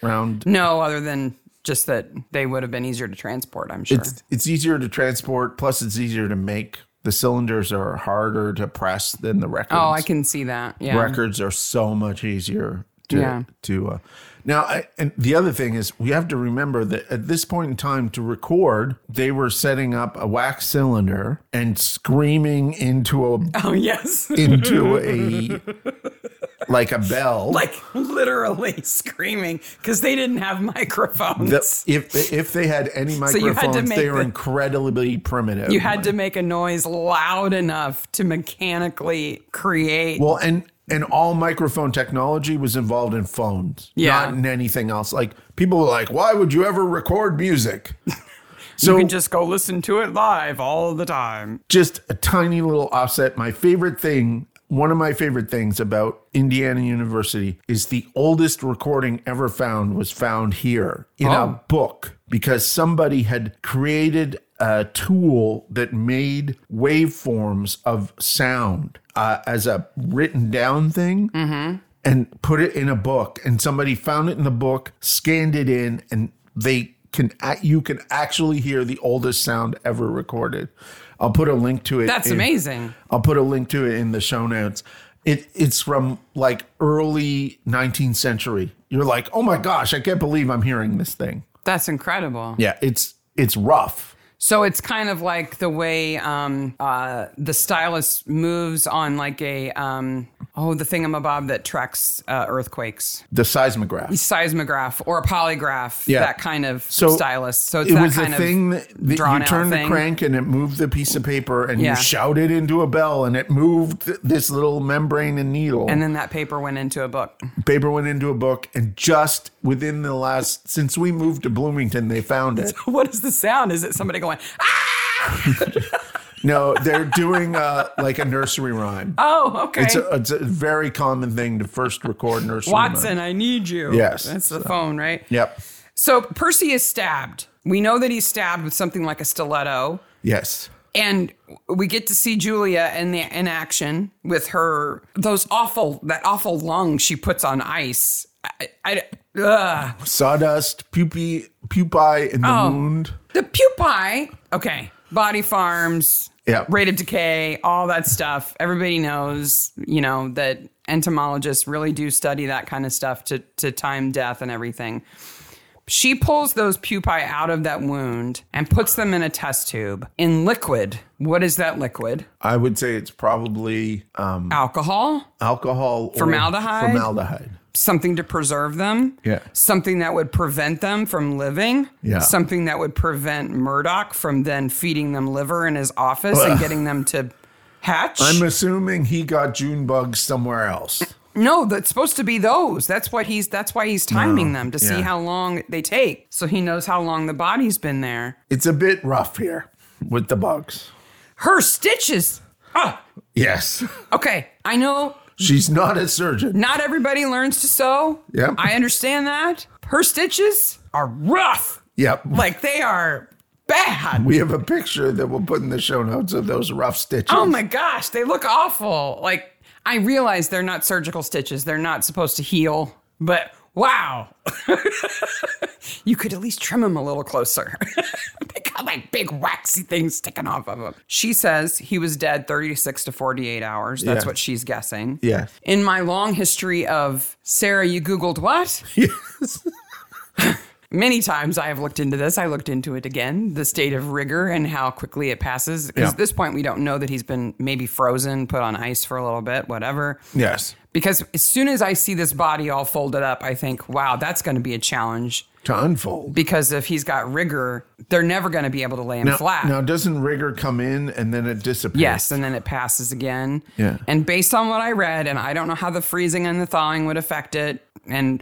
Speaker 2: round?
Speaker 1: no, other than just that they would have been easier to transport, I'm sure.
Speaker 2: It's, it's easier to transport, plus it's easier to make. The cylinders are harder to press than the records.
Speaker 1: Oh, I can see that. Yeah.
Speaker 2: Records are so much easier to
Speaker 1: Yeah.
Speaker 2: to. Uh, now, I, and the other thing is, we have to remember that at this point in time, to record, they were setting up a wax cylinder and screaming into a
Speaker 1: Oh, [laughs] yes. [laughs]
Speaker 2: into a like a bell.
Speaker 1: like literally [laughs] screaming because they didn't have microphones.
Speaker 2: The- if if they had any
Speaker 1: you
Speaker 2: microphones,
Speaker 1: had to
Speaker 2: they
Speaker 1: make
Speaker 2: were
Speaker 1: the-
Speaker 2: incredibly primitive.
Speaker 1: you had to make a noise loud enough to mechanically create.
Speaker 2: well, and and all microphone technology was involved in phones,
Speaker 1: Yeah.
Speaker 2: not in anything else. Like people were like, "Why would you ever record music?"
Speaker 1: [laughs] you
Speaker 2: So
Speaker 1: can
Speaker 2: just-,
Speaker 1: just go listen to it live all the time.
Speaker 2: a tiny little offset. My favorite thing. One of my favorite things about Indiana University is the oldest recording ever found was found here in
Speaker 1: Oh.
Speaker 2: a book because somebody had created a tool that made waveforms of sound uh, as a written down thing and put it in a book. And somebody found it in the book, scanned it in, and they can a- you can actually hear the oldest sound ever recorded. I'll put a link to it.
Speaker 1: That's
Speaker 2: in-
Speaker 1: amazing.
Speaker 2: I'll put a link to it in the show notes. It it's from like early 19th century. You're like, oh my gosh, I can't believe I'm hearing this thing.
Speaker 1: That's incredible.
Speaker 2: Yeah, it's it's rough.
Speaker 1: So it's kind of like the way um, uh, the stylus moves on, like a um, oh, the thingamabob that tracks uh, earthquakes,
Speaker 2: The seismograph.
Speaker 1: seismograph, or a polygraph.
Speaker 2: Yeah.
Speaker 1: that kind of stylus. So it's
Speaker 2: it
Speaker 1: that
Speaker 2: was
Speaker 1: kind
Speaker 2: a
Speaker 1: of
Speaker 2: thing that, that you
Speaker 1: drawn-out
Speaker 2: turned the
Speaker 1: thing.
Speaker 2: crank and it moved the piece of paper and
Speaker 1: Yeah.
Speaker 2: you shouted into a bell and it moved th- this little membrane and needle.
Speaker 1: And then that paper went into a book.
Speaker 2: paper went into a book and just within the last since we moved to Bloomington they found it.
Speaker 1: [laughs] What is the sound? Is it somebody going, ah,
Speaker 2: No, they're doing uh, like a nursery rhyme.
Speaker 1: oh, okay.
Speaker 2: It's a, it's a very common thing to first record nursery
Speaker 1: Watson,
Speaker 2: rhyme.
Speaker 1: I need you.
Speaker 2: Yes,
Speaker 1: That's the phone, right?
Speaker 2: Yep.
Speaker 1: So Percy is stabbed. We know that he's stabbed with something like a stiletto.
Speaker 2: Yes.
Speaker 1: And we get to see Julia in the in action with her those awful that awful lung she puts on ice. I, I ugh.
Speaker 2: Sawdust, pupae, pupae in the
Speaker 1: Oh.
Speaker 2: wound.
Speaker 1: The pupae. Okay. Body farms.
Speaker 2: Yeah.
Speaker 1: Rate of decay, all that stuff. Everybody knows, you know, that entomologists really do study that kind of stuff to, to time death and everything. She pulls those pupae out of that wound and puts them in a test tube in liquid. What is that liquid?
Speaker 2: I would say it's probably um,
Speaker 1: Alcohol?
Speaker 2: alcohol or
Speaker 1: Formaldehyde?
Speaker 2: Formaldehyde.
Speaker 1: something to preserve them.
Speaker 2: Yeah.
Speaker 1: Something that would prevent them from living.
Speaker 2: Yeah.
Speaker 1: Something that would prevent Murdoch from then feeding them liver in his office and getting them to hatch.
Speaker 2: I'm assuming he got June bugs somewhere else.
Speaker 1: no, that's supposed to be those. That's what he's that's why he's timing them to see
Speaker 2: yeah.
Speaker 1: how long they take. So he knows how long the body's been there.
Speaker 2: It's a bit rough here with the bugs.
Speaker 1: Her stitches. Ah,
Speaker 2: Yes. [laughs]
Speaker 1: okay. I know
Speaker 2: She's not a surgeon.
Speaker 1: not everybody learns to sew.
Speaker 2: Yep.
Speaker 1: I understand that. Her stitches are rough.
Speaker 2: Yep.
Speaker 1: Like they are bad.
Speaker 2: We have a picture that we'll put in the show notes of those rough stitches.
Speaker 1: Oh my gosh, they look awful. Like I realize they're not surgical stitches. They're not supposed to heal, but wow. [laughs] you could at least trim them a little closer. [laughs] they got like big waxy things sticking off of them. She says he was dead 36 to 48 hours. That's
Speaker 2: Yeah.
Speaker 1: what she's guessing.
Speaker 2: Yeah.
Speaker 1: In my long history of Sarah, you Googled what?
Speaker 2: [laughs] Yes.
Speaker 1: Many times I have looked into this. I looked into it again, the state of rigor and how quickly it passes. Because
Speaker 2: Yeah.
Speaker 1: at this point, we don't know that he's been maybe frozen, put on ice for a little bit, whatever.
Speaker 2: Yes.
Speaker 1: Because as soon as I see this body all folded up, I think, wow, that's going to be a challenge.
Speaker 2: To unfold.
Speaker 1: Because if he's got rigor, they're never going to be able to lay him
Speaker 2: Now,
Speaker 1: flat.
Speaker 2: now, doesn't rigor come in and then it dissipates?
Speaker 1: Yes, and then it passes again.
Speaker 2: Yeah.
Speaker 1: And based on what I read, and I don't know how the freezing and the thawing would affect it, and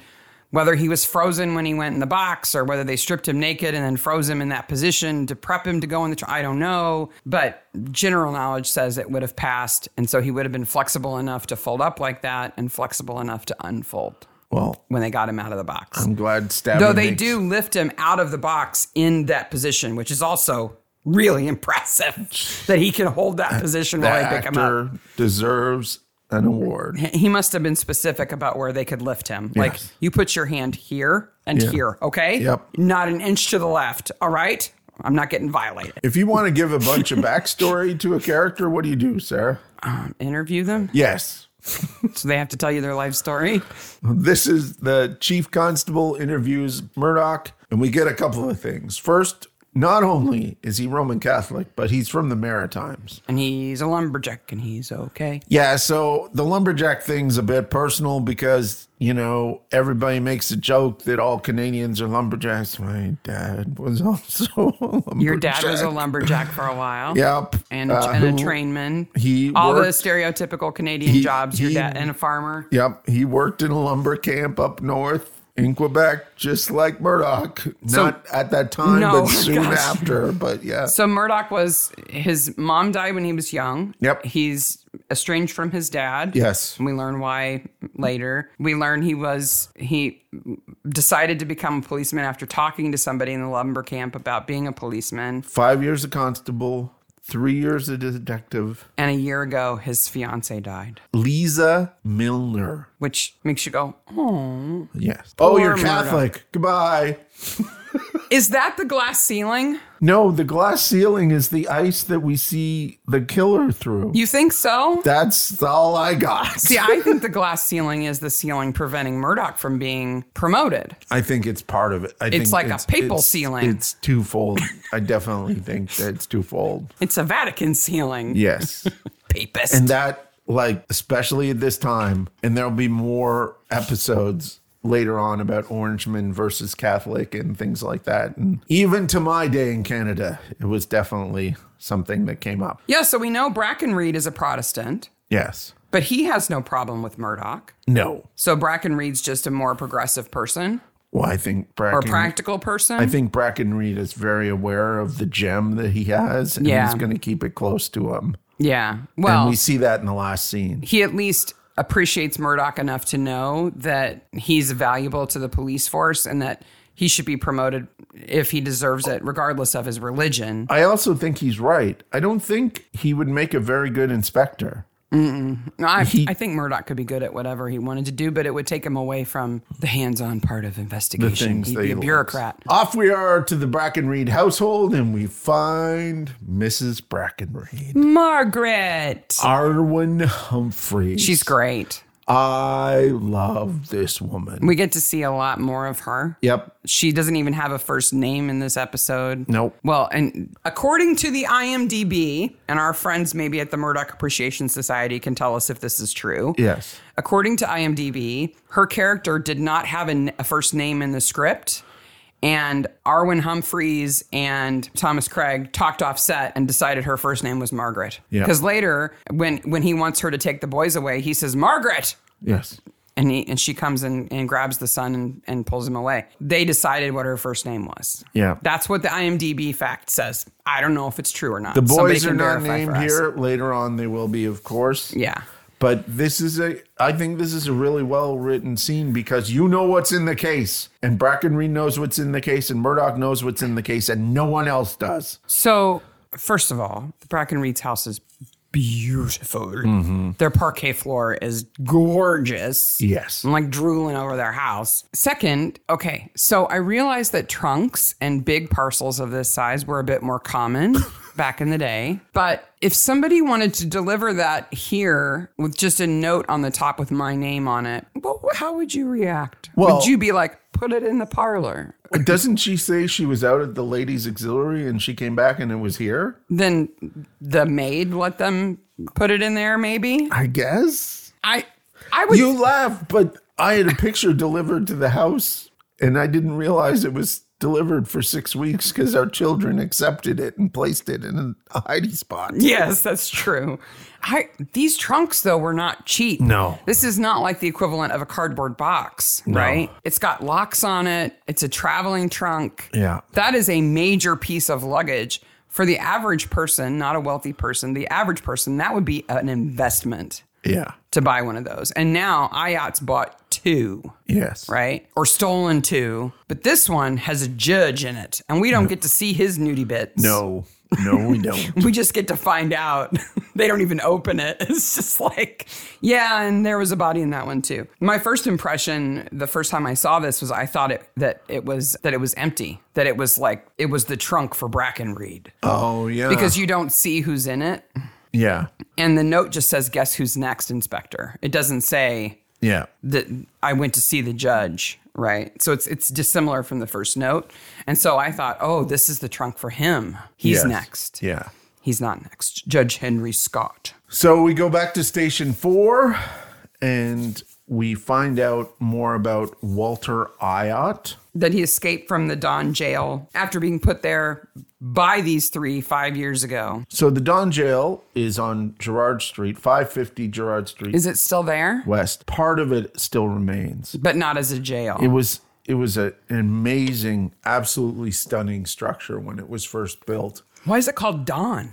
Speaker 1: whether he was frozen when he went in the box or whether they stripped him naked and then froze him in that position to prep him to go in the tr- I don't know, but general knowledge says it would have passed and so he would have been flexible enough to fold up like that and flexible enough to unfold
Speaker 2: Well,
Speaker 1: when they got him out of the box.
Speaker 2: I'm glad Stabby
Speaker 1: Though they
Speaker 2: makes-
Speaker 1: do lift him out of the box in that position, which is also really [laughs] impressive that he can hold that position
Speaker 2: That
Speaker 1: while they pick him up.
Speaker 2: actor deserves an award.
Speaker 1: He must have been specific about where they could lift him. Like,
Speaker 2: Yes.
Speaker 1: you put your hand here and
Speaker 2: Yeah.
Speaker 1: here, okay?
Speaker 2: Yep.
Speaker 1: Not an inch to the left, all right? I'm not getting violated.
Speaker 2: If you want to give a bunch of backstory to a character, what do you do, Sarah?
Speaker 1: Interview them
Speaker 2: Yes.
Speaker 1: so they have to tell you their life story.
Speaker 2: This is the chief constable interviews Murdoch, and we get a couple of things. First, not only is he Roman Catholic, but he's from the Maritimes.
Speaker 1: And he's a lumberjack and he's okay.
Speaker 2: Yeah, so the lumberjack thing's a bit personal because, you know, everybody makes a joke that all Canadians are lumberjacks. My dad was [laughs] also a lumberjack.
Speaker 1: Your dad was a lumberjack for a while.
Speaker 2: Yep.
Speaker 1: And,
Speaker 2: Uh,
Speaker 1: and a
Speaker 2: who-
Speaker 1: trainman.
Speaker 2: he
Speaker 1: all the
Speaker 2: worked-
Speaker 1: stereotypical Canadian
Speaker 2: He-
Speaker 1: jobs. Your
Speaker 2: he-
Speaker 1: dad and a farmer.
Speaker 2: Yep. He worked in a lumber camp up north in Quebec, just like Murdoch. Not at that time,
Speaker 1: No. [laughs]
Speaker 2: but soon
Speaker 1: Gosh.
Speaker 2: after. But yeah.
Speaker 1: So Murdoch was his mom died when he was young.
Speaker 2: Yep.
Speaker 1: He's estranged from his dad.
Speaker 2: Yes.
Speaker 1: We learn why later. We learn he was he decided to become a policeman after talking to somebody in the lumber camp about being a policeman.
Speaker 2: Five years a constable, three years a detective.
Speaker 1: And a year ago his fiance died,
Speaker 2: Lisa Milner.
Speaker 1: which makes you go, "Oh,
Speaker 2: Yes. oh, you're
Speaker 1: Murdoch.
Speaker 2: Catholic. Goodbye.
Speaker 1: is that the glass ceiling?
Speaker 2: No, the glass ceiling is the ice that we see the killer through.
Speaker 1: You think so?"
Speaker 2: That's all I got.
Speaker 1: See,
Speaker 2: [laughs]
Speaker 1: I think the glass ceiling is the ceiling preventing Murdoch from being promoted.
Speaker 2: I think it's part of it. I think
Speaker 1: like a papal
Speaker 2: it's-
Speaker 1: ceiling.
Speaker 2: It's twofold. I definitely think that it's twofold.
Speaker 1: It's a Vatican ceiling, [laughs]
Speaker 2: Yes.
Speaker 1: papist.
Speaker 2: and that, like, especially at this time, and there'll be more episodes later on about Orangeman versus Catholic and things like that. And even to my day in Canada, it was definitely something that came up.
Speaker 1: Yeah, so we know Brackenreed is a Protestant,
Speaker 2: Yes.
Speaker 1: but he has no problem with Murdoch.
Speaker 2: No.
Speaker 1: So Brackenreed's just a more progressive person
Speaker 2: Well, I think
Speaker 1: or
Speaker 2: Bracken,
Speaker 1: practical person.
Speaker 2: I think Brackenreed is very aware of the gem that he has, and
Speaker 1: Yeah. Oh.
Speaker 2: he's going to keep it close to him.
Speaker 1: yeah.
Speaker 2: and
Speaker 1: Well,
Speaker 2: we see that in the last scene.
Speaker 1: he at least appreciates Murdoch enough to know that he's valuable to the police force and that he should be promoted if he deserves it, regardless of his religion.
Speaker 2: I also think he's right. I don't think he would make a very good inspector.
Speaker 1: No, I, I think Murdoch could be good at whatever he wanted to do, but it would take him away from the hands-on part of investigation.
Speaker 2: things
Speaker 1: He'd
Speaker 2: that
Speaker 1: be
Speaker 2: he
Speaker 1: a
Speaker 2: loves.
Speaker 1: bureaucrat.
Speaker 2: Off we are to the Brackenreed household, and we find Mrs. Brackenreed.
Speaker 1: Margaret,
Speaker 2: Arwen Humphrey.
Speaker 1: she's great.
Speaker 2: I love this woman.
Speaker 1: We get to see a lot more of her.
Speaker 2: Yep.
Speaker 1: She doesn't even have a first name in this episode.
Speaker 2: Nope.
Speaker 1: Well, and according to the IMDb, and our friends maybe at the Murdoch Appreciation Society can tell us if this is true.
Speaker 2: Yes.
Speaker 1: According to IMDb, her character did not have an, a first name in the script. And Arwen Humphreys and Thomas Craig talked off set and decided her first name was Margaret.
Speaker 2: Yeah.
Speaker 1: Because later, when when he wants her to take the boys away, he says Margaret,
Speaker 2: Yes.
Speaker 1: and he and she comes and, and grabs the son and, and pulls him away. They decided what her first name was.
Speaker 2: Yeah.
Speaker 1: That's what the IMDb fact says. I don't know if it's true or not.
Speaker 2: The boys are not named here. Later on, they will be, of course.
Speaker 1: Yeah.
Speaker 2: But this is a, I think this is a really well written scene because you know what's in the case, and Brackenreed knows what's in the case, and Murdoch knows what's in the case, and no one else does.
Speaker 1: So, first of all, the Brackenreed's house is beautiful.
Speaker 2: Mm-hmm.
Speaker 1: Their parquet floor is gorgeous.
Speaker 2: Yes.
Speaker 1: I'm like drooling over their house. Second, okay, so I realized that trunks and big parcels of this size were a bit more
Speaker 2: [laughs]
Speaker 1: common back in the day. But if somebody wanted to deliver that here with just a note on the top with my name on it, well, how would you react?
Speaker 2: Well-
Speaker 1: would you be like, put it in the parlor?
Speaker 2: Doesn't she say she was out at the ladies' auxiliary and she came back and it was here?
Speaker 1: Then the maid let them put it in there, maybe?
Speaker 2: I guess.
Speaker 1: I I would
Speaker 2: You laugh, but I had a picture delivered to the house and I didn't realize it was delivered for six weeks because our children accepted it and placed it in a hiding spot.
Speaker 1: Yes, that's true. I these trunks though were not cheap.
Speaker 2: No.
Speaker 1: This is not like the equivalent of a cardboard box, right? It's got locks on it. It's a traveling trunk.
Speaker 2: Yeah.
Speaker 1: That is a major piece of luggage for the average person, not a wealthy person. The average person, that would be an investment
Speaker 2: Yeah.
Speaker 1: to buy one of those. And now IOT's bought two
Speaker 2: Yes.
Speaker 1: right? Or stolen too. But this one has a judge in it, and we don't get to see his nudie bits.
Speaker 2: No. No, we don't.
Speaker 1: We just get to find out. [laughs] they don't even open it. [laughs] It's just like, yeah, and there was a body in that one too. My first impression the first time I saw this was I thought it that it was that it was empty, that it was like it was the trunk for Brackenreed
Speaker 2: Oh, yeah.
Speaker 1: because you don't see who's in it.
Speaker 2: yeah.
Speaker 1: And the note just says guess who's next, inspector. It doesn't say
Speaker 2: Yeah.
Speaker 1: that I went to see the judge, right? So it's it's dissimilar from the first note. And so I thought, oh, this is the trunk for him. He's
Speaker 2: Yes.
Speaker 1: next.
Speaker 2: Yeah.
Speaker 1: He's not next. Judge Henry Scott.
Speaker 2: So we go back to station four and we find out more about Walter Iott.
Speaker 1: That he escaped from the Don jail after being put there by these three five years ago.
Speaker 2: So the Don Jail is on Gerard Street, 550 Gerard Street
Speaker 1: Is it still there?
Speaker 2: West. Part of it still remains.
Speaker 1: But not as a jail.
Speaker 2: It was it was a, an amazing, absolutely stunning structure when it was first built
Speaker 1: Why is it called Don?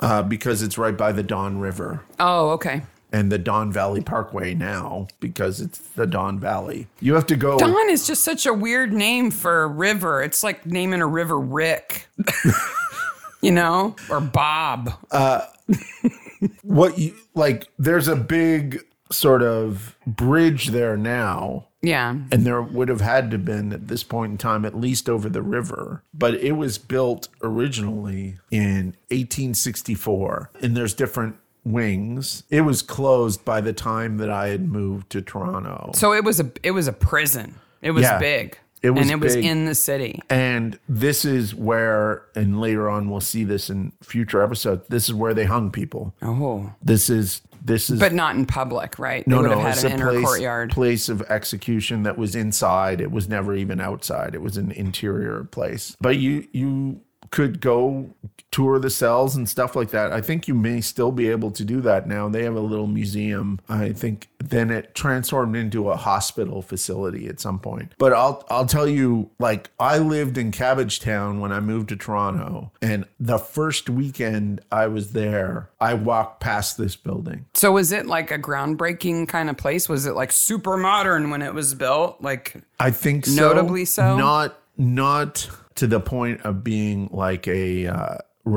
Speaker 2: uh, because it's right by the Don River
Speaker 1: Oh, okay.
Speaker 2: and the Don Valley Parkway now because it's the Don Valley. You have to go.
Speaker 1: Don is just such a weird name for a river. It's like naming a river Rick, [laughs] you know, or Bob.
Speaker 2: what you like there's a big sort of bridge there now
Speaker 1: Yeah.
Speaker 2: and there would have had to been at this point in time at least over the river but it was built originally in 1864 and there's different wings it was closed by the time that i had moved to toronto
Speaker 1: So it was a it was a prison. It was
Speaker 2: Yeah.
Speaker 1: big.
Speaker 2: It was
Speaker 1: and it was
Speaker 2: big.
Speaker 1: in the city.
Speaker 2: and this is where and later on we'll see this in future episodes this is where they hung people
Speaker 1: Oh.
Speaker 2: this is this is
Speaker 1: But not in public, right?
Speaker 2: No,
Speaker 1: they would
Speaker 2: no,
Speaker 1: have
Speaker 2: it's
Speaker 1: had an
Speaker 2: a
Speaker 1: inner
Speaker 2: place,
Speaker 1: courtyard.
Speaker 2: place of execution that was inside. It was never even outside. It was an interior place. But you you could go tour the cells and stuff like that. I think you may still be able to do that now. They have a little museum. I think then it transformed into a hospital facility at some point. But I'll I'll tell you like I lived in Cabbage Town when I moved to Toronto and the first weekend I was there, I walked past this building.
Speaker 1: So was it like a groundbreaking kind of place? Was it like super modern when it was built? Like
Speaker 2: I think so.
Speaker 1: Notably so?
Speaker 2: Not not to the point of being like a uh,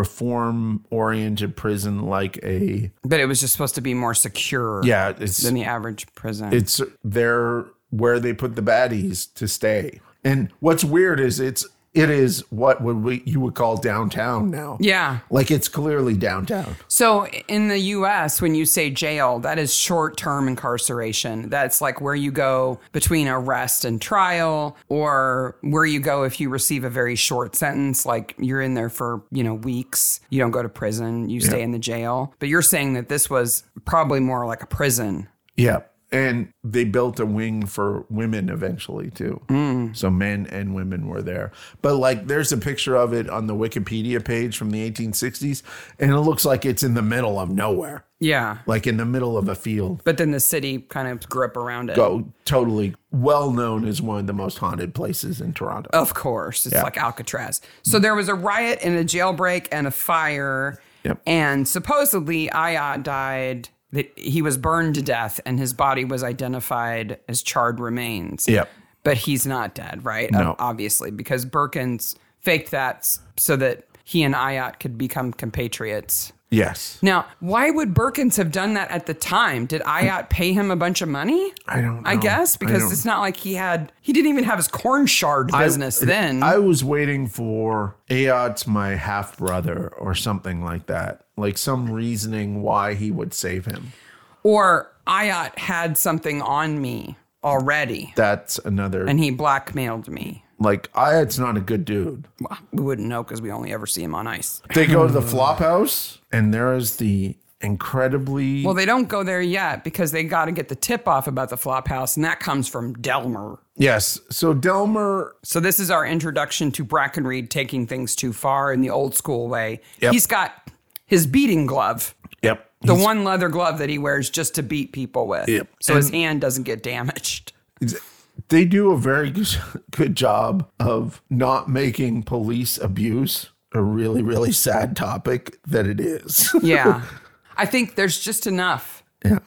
Speaker 2: reform oriented prison, like a
Speaker 1: But it was just supposed to be more secure
Speaker 2: yeah, it's
Speaker 1: than the average prison.
Speaker 2: it's they're where they put the baddies to stay. And what's weird is it's it is what would we you would call downtown now.
Speaker 1: yeah.
Speaker 2: Like it's clearly downtown.
Speaker 1: So in the US, when you say jail, that is short term incarceration. That's like where you go between arrest and trial, or where you go if you receive a very short sentence, like you're in there for, you know, weeks. You don't go to prison, you stay in the jail. But you're saying that this was probably more like a prison.
Speaker 2: Yeah. And they built a wing for women eventually too.
Speaker 1: Mm.
Speaker 2: So men and women were there. But like there's a picture of it on the Wikipedia page from the 1860s and it looks like it's in the middle of nowhere,
Speaker 1: Yeah.
Speaker 2: like in the middle of a field.
Speaker 1: But then the city kind of grew up around it.
Speaker 2: Go totally well known as one of the most haunted places in Toronto.
Speaker 1: Of course. It's like Alcatraz. So there was a riot and a jailbreak and a fire.
Speaker 2: Yep.
Speaker 1: And supposedly Ayat died. That he was burned to death and his body was identified as charred remains.
Speaker 2: Yep.
Speaker 1: But he's not dead, right?
Speaker 2: No.
Speaker 1: Obviously, because Birkins faked that s- so that he and Ayat could become compatriots.
Speaker 2: Yes.
Speaker 1: Now, why would Birkins have done that at the time? Did Ayat pay him a bunch of money?
Speaker 2: I don't
Speaker 1: I
Speaker 2: know.
Speaker 1: guess
Speaker 2: I
Speaker 1: because
Speaker 2: don't-
Speaker 1: it's not like he had he didn't even have his corn shard
Speaker 2: I-
Speaker 1: business then.
Speaker 2: I was waiting for Ayat's my half brother or something like that. Like some reasoning why he would save him.
Speaker 1: or Ayat had something on me already
Speaker 2: That's another
Speaker 1: and he blackmailed me.
Speaker 2: like Ayat's not a good dude.
Speaker 1: Well, we wouldn't know because we only ever see him on ice.
Speaker 2: They go
Speaker 1: [laughs]
Speaker 2: to the flop house and there is the incredibly
Speaker 1: Well, they don't go there yet because they got to get the tip off about the flop house, and that comes from Delmer.
Speaker 2: Yes. So Delmer
Speaker 1: So this is our introduction to Brackenreed taking things too far in the old school way.
Speaker 2: Yep.
Speaker 1: He's got his beating glove,
Speaker 2: Yep.
Speaker 1: the one leather glove that he wears just to beat people with,
Speaker 2: Yep.
Speaker 1: so his hand doesn't get damaged.
Speaker 2: They do a very [laughs] good- good job of not making police abuse a really, really sad topic that it is.
Speaker 1: [laughs]
Speaker 2: [laughs]
Speaker 1: Yeah. I think there's just enough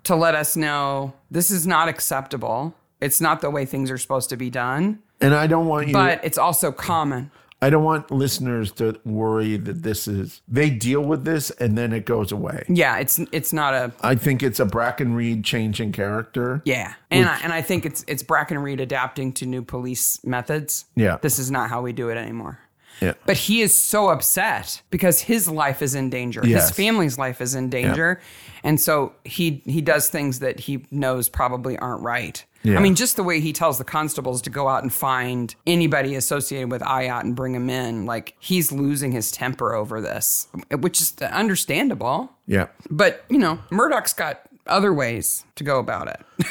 Speaker 1: to let us know this is not acceptable. It's not the way things are supposed to be done,
Speaker 2: and I don't want you
Speaker 1: but it's also common.
Speaker 2: I don't want listeners to worry that this is they deal with this and then it goes away.
Speaker 1: Yeah, it's it's not a
Speaker 2: I think it's a Brackenreed change in character.
Speaker 1: yeah, and I, and I think it's it's Brackenreed adapting to new police methods.
Speaker 2: Yeah.
Speaker 1: this is not how we do it anymore.
Speaker 2: Yeah.
Speaker 1: But he is so upset because his life is in danger.
Speaker 2: Yes.
Speaker 1: His family's life is in danger. And so he he does things that he knows probably aren't right.
Speaker 2: Yeah.
Speaker 1: I mean, just the way he tells the constables to go out and find anybody associated with IOT and bring him in, like he's losing his temper over this, which is understandable.
Speaker 2: Yeah.
Speaker 1: But, you know, Murdoch's got other ways to go about it.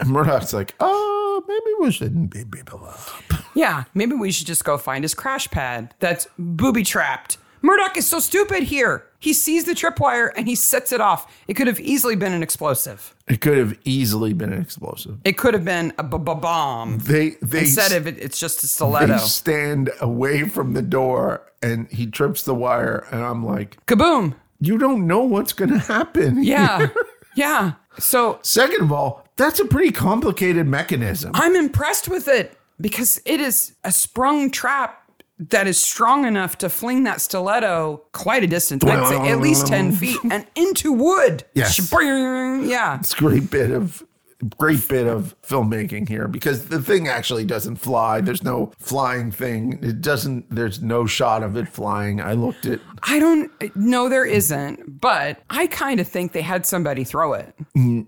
Speaker 2: And Murdoch's like, oh, maybe we shouldn't be people up.
Speaker 1: Yeah, maybe we should just go find his crash pad that's booby trapped. Murdoch is so stupid here. He sees the tripwire and he sets it off. It could have easily been an explosive.
Speaker 2: It could have easily been an explosive.
Speaker 1: It could have been a b- b- bomb.
Speaker 2: They they,
Speaker 1: Instead of it, it's just a
Speaker 2: they
Speaker 1: stiletto.
Speaker 2: stand away from the door and he trips the wire and I'm like,
Speaker 1: Kaboom.
Speaker 2: you don't know what's gonna happen.
Speaker 1: Yeah. Yeah. So
Speaker 2: [laughs] Second of all, that's a pretty complicated mechanism.
Speaker 1: I'm impressed with it because it is a sprung trap that is strong enough to fling that stiletto quite a distance. I'd say at least 10 feet and into wood.
Speaker 2: Yes.
Speaker 1: Shabring. Yeah.
Speaker 2: It's a great bit of great bit of filmmaking here because the thing actually doesn't fly. There's no flying thing. It doesn't there's no shot of it flying. I looked at
Speaker 1: I don't no there isn't, but I kind of think they had somebody throw it.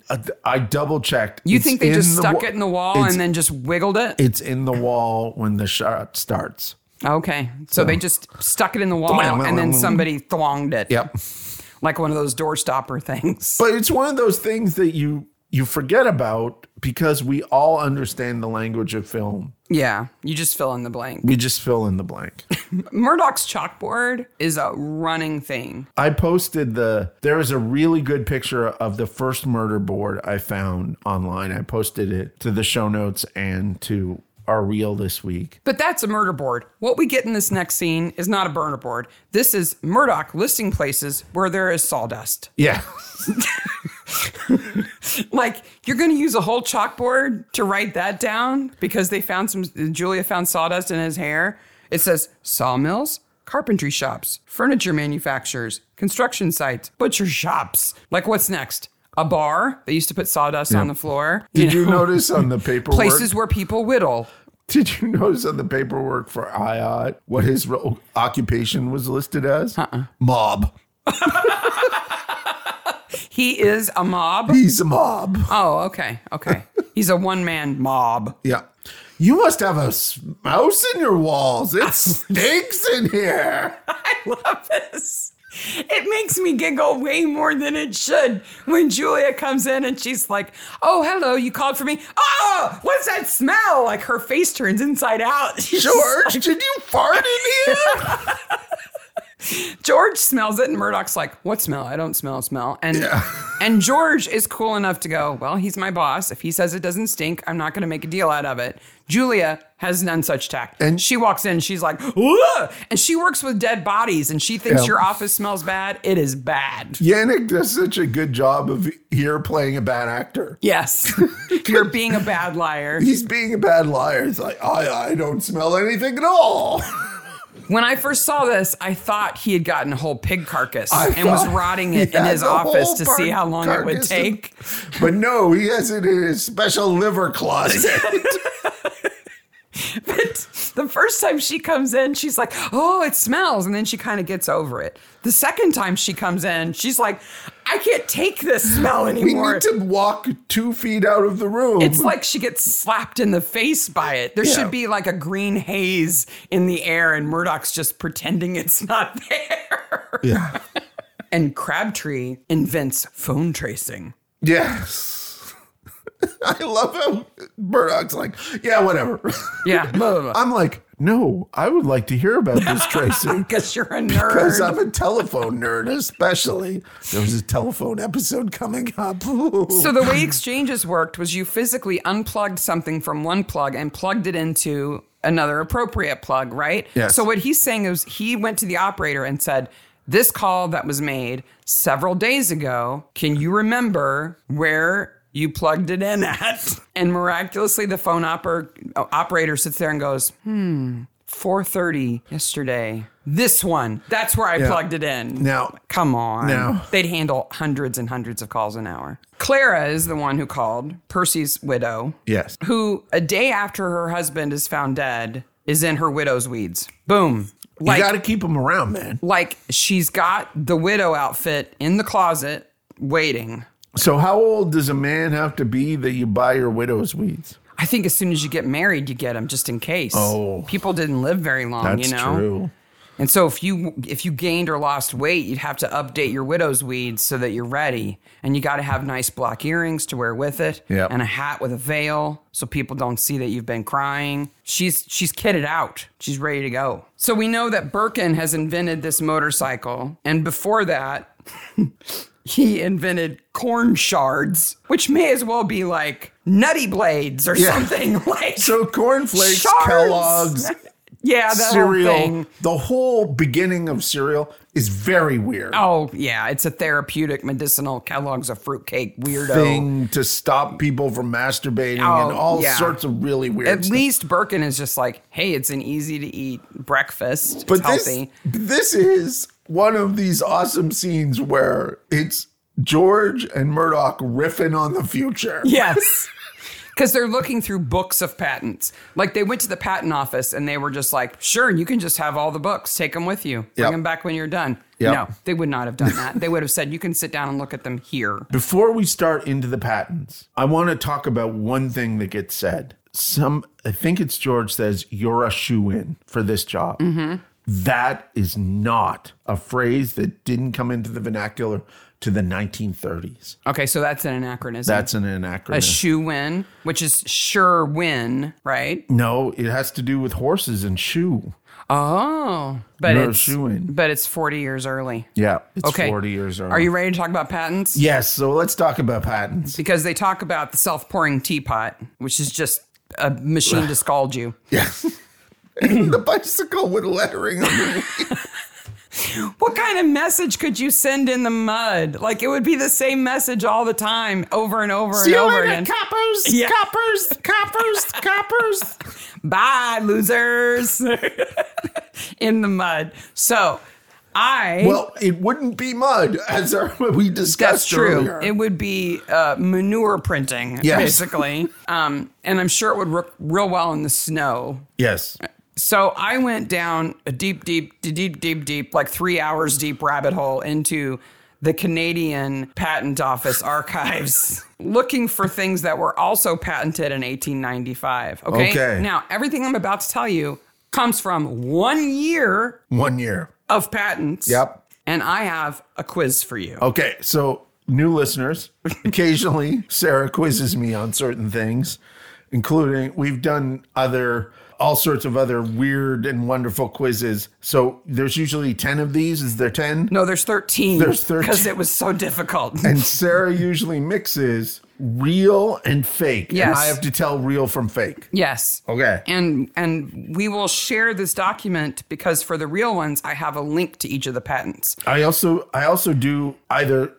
Speaker 2: Uh, I double checked.
Speaker 1: You think they just stuck it in the wall and then just wiggled it?
Speaker 2: it's in the wall when the shot starts.
Speaker 1: Okay. So they just stuck it in the wall and then somebody thwonged it.
Speaker 2: Yep.
Speaker 1: Like one of those door stopper [laughs] things.
Speaker 2: But it's one of those things that you you forget about because we all understand the language of film.
Speaker 1: Yeah. You just fill in the blank.
Speaker 2: We just fill in
Speaker 1: [laughs]
Speaker 2: the blank.
Speaker 1: Murdoch's chalkboard is a running thing.
Speaker 2: I posted the there is a really good picture of the first murder board I found online. I posted it to the show notes and to our reel this week.
Speaker 1: But that's a murder board. What we get in this next scene is not a burner board. This is Murdoch listing places where there is sawdust.
Speaker 2: Yeah.
Speaker 1: like you're going to use a whole chalkboard to write that down because they found some Julia found sawdust in his hair. It says sawmills, carpentry shops, furniture manufacturers, construction sites, butcher shops. Like what's next? A bar. They used to put sawdust on the floor.
Speaker 2: [laughs] Did you
Speaker 1: know,
Speaker 2: notice on the paperwork?
Speaker 1: [laughs] places where people whittle.
Speaker 2: Did you notice on the paperwork for IOT what his real occupation was listed as? Uh-uh. Mob.
Speaker 1: He is a mob.
Speaker 2: He's a mob.
Speaker 1: Oh, okay.
Speaker 2: [laughs]
Speaker 1: Okay. He's a one man mob.
Speaker 2: Yeah. You must have a s- mouse in your
Speaker 1: [laughs]
Speaker 2: walls. It stinks in here.
Speaker 1: I love this. It makes me giggle way more than it should when Julia comes in and she's like, "Oh, hello, you called for me." Oh, what's that smell? Like her face turns inside out. [laughs] She's-
Speaker 2: George, did you fart in here?
Speaker 1: George smells it, and Murdoch's like, "What smell? I don't smell smell." And and George is cool enough to go, "Well, he's my boss. If he says it doesn't stink, I'm not going to make a deal out of it." Julia has none such tact, and she walks in. She's like, "Ugh!" and she works with dead bodies, and she thinks
Speaker 2: Yeah.
Speaker 1: your office smells bad. It is bad.
Speaker 2: Yannick does such a good job of here playing a bad actor. [laughs]
Speaker 1: Yes. You're being a bad liar.
Speaker 2: He's being a bad liar. It's like, I, I don't smell anything at all.
Speaker 1: When I first saw this, I thought he had gotten a whole pig carcass
Speaker 2: I
Speaker 1: and was
Speaker 2: thought
Speaker 1: rotting
Speaker 2: he
Speaker 1: it in
Speaker 2: had
Speaker 1: his
Speaker 2: the
Speaker 1: office
Speaker 2: whole
Speaker 1: to
Speaker 2: bar-
Speaker 1: see how long it would
Speaker 2: carcass in-
Speaker 1: take. [laughs]
Speaker 2: But no, he has it in his special liver closet.
Speaker 1: [laughs] But the first time she comes in, she's like, oh, it smells. And then she kind of gets over it. The second time she comes in, she's like, I can't take this smell
Speaker 2: we
Speaker 1: anymore.
Speaker 2: need to walk two feet out of the room.
Speaker 1: It's like she gets slapped in the face by it. There should be like a green haze in the air, and Murdoch's just pretending it's not [laughs] there.
Speaker 2: yeah.
Speaker 1: And Crabtree invents phone tracing.
Speaker 2: Yes. [laughs] I love how Murdoch's like, yeah, whatever. [laughs]
Speaker 1: Yeah,
Speaker 2: I'm like, no, I would like to hear about
Speaker 1: [laughs]
Speaker 2: this tracing.
Speaker 1: because you're a
Speaker 2: Because I'm
Speaker 1: nerd.
Speaker 2: a telephone nerd, especially. There's a telephone episode coming up.
Speaker 1: So the way exchanges worked was you physically unplugged something from one plug and plugged it into another appropriate plug, right?
Speaker 2: Yes.
Speaker 1: So what he's saying is he went to the operator and said, "This call that was made several days ago, can you remember where?" You plugged it in at, [laughs] and miraculously, the phone oper- operator sits there and goes, "Hmm, 4:30 yesterday. This one, that's where I plugged it in."
Speaker 2: now,
Speaker 1: Come on.
Speaker 2: No.
Speaker 1: They'd handle hundreds and hundreds of calls an hour. Clara is the one who called, Percy's widow,
Speaker 2: yes.
Speaker 1: who a day after her husband is found dead is in her widow's weeds. Boom. Like
Speaker 2: you got to keep them around, man.
Speaker 1: like she's got the widow outfit in the closet waiting.
Speaker 2: So, how old does a man have to be that you buy your widow's weeds?
Speaker 1: I think as soon as you get married, you get them just in case.
Speaker 2: Oh.
Speaker 1: people didn't live very long, you know.
Speaker 2: true.
Speaker 1: And so if you if you gained or lost weight, you'd have to update your widow's weeds so that you're ready. And you got to have nice black earrings to wear with it,
Speaker 2: Yep.
Speaker 1: and a hat with a veil so people don't see that you've been crying. She's she's kitted out. She's ready to go. So we know that Birkin has invented this motorcycle, and before that, [laughs] he invented corn shards, which may as well be like nutty blades or something [laughs] like
Speaker 2: So, cornflakes,
Speaker 1: Shards!
Speaker 2: Kellogg's,
Speaker 1: [laughs] yeah, that whole
Speaker 2: cereal,
Speaker 1: thing.
Speaker 2: the whole beginning of cereal is very weird.
Speaker 1: Oh yeah, it's a therapeutic, medicinal. Kellogg's a fruitcake weirdo.
Speaker 2: Thing to stop people from masturbating and
Speaker 1: Oh,
Speaker 2: all
Speaker 1: yeah.
Speaker 2: sorts of really weird
Speaker 1: At
Speaker 2: stuff.
Speaker 1: least Birkin is just like, hey, it's an easy to eat breakfast. It's
Speaker 2: But this,
Speaker 1: healthy.
Speaker 2: this is one of these awesome scenes where it's George and Murdoch riffing on the future.
Speaker 1: Yes. [laughs] Because they're looking through books of patents. Like they went to the patent office and they were just like, sure, you can just have all the books, take them with you, bring
Speaker 2: Yep.
Speaker 1: them back when you're done.
Speaker 2: Yep.
Speaker 1: No, they would not have done that. they would have said, you can sit down and look at them here.
Speaker 2: Before we start into the patents, I want to talk about one thing that gets said. Some, I think it's George says, you're a shoe in for this job.
Speaker 1: Mm-hmm.
Speaker 2: That is not a phrase that didn't come into the vernacular to the 1930s.
Speaker 1: Okay, so that's an anachronism.
Speaker 2: That's an
Speaker 1: a
Speaker 2: anachronism.
Speaker 1: shoe win, which is sure win, right?
Speaker 2: no, it has to do with horses and shoe.
Speaker 1: Oh, but
Speaker 2: You're a
Speaker 1: it's
Speaker 2: shoo-in.
Speaker 1: but it's 40 years early.
Speaker 2: Yeah, it's
Speaker 1: Okay.
Speaker 2: 40 years early.
Speaker 1: Are you ready to talk about patents?
Speaker 2: Yes, so let's talk about patents.
Speaker 1: Because they talk about the self-pouring teapot, which is just a machine to
Speaker 2: [laughs]
Speaker 1: scald you.
Speaker 2: Yes. the bicycle with lettering on the
Speaker 1: What kind of message could you send in the mud? Like it would be the same message all the time, over and over
Speaker 2: See you
Speaker 1: and over
Speaker 2: later,
Speaker 1: again.
Speaker 2: coppers,
Speaker 1: Yeah.
Speaker 2: coppers, coppers,
Speaker 1: [laughs]
Speaker 2: coppers.
Speaker 1: Bye, losers. [laughs] in the mud. So I.
Speaker 2: Well, it wouldn't be mud, as our, we discussed
Speaker 1: That's true.
Speaker 2: earlier.
Speaker 1: It would be uh, manure printing,
Speaker 2: Yes.
Speaker 1: basically. um, and I'm sure it would work real well in the snow.
Speaker 2: yes.
Speaker 1: So I went down a deep, deep, deep, deep, deep, like three hours deep rabbit hole into the Canadian Patent Office archives, [laughs] looking for things that were also patented in 1895. Okay?
Speaker 2: Okay.
Speaker 1: Now, everything I'm about to tell you comes from one year
Speaker 2: One year.
Speaker 1: of patents.
Speaker 2: Yep.
Speaker 1: And I have a quiz for you.
Speaker 2: Okay, so new
Speaker 1: [laughs]
Speaker 2: listeners, occasionally Sarah quizzes me on certain things, including we've done other all sorts of other weird and wonderful quizzes. So there's usually 10 of these. Is there 10?
Speaker 1: No, there's 13.
Speaker 2: There's 13.
Speaker 1: Because it was so difficult.
Speaker 2: And Sarah usually mixes real and fake. And
Speaker 1: Yes.
Speaker 2: I have to tell real from fake.
Speaker 1: yes.
Speaker 2: Okay.
Speaker 1: And and we will share this document because for the real ones, I have a link to each of the patents.
Speaker 2: I also I also do either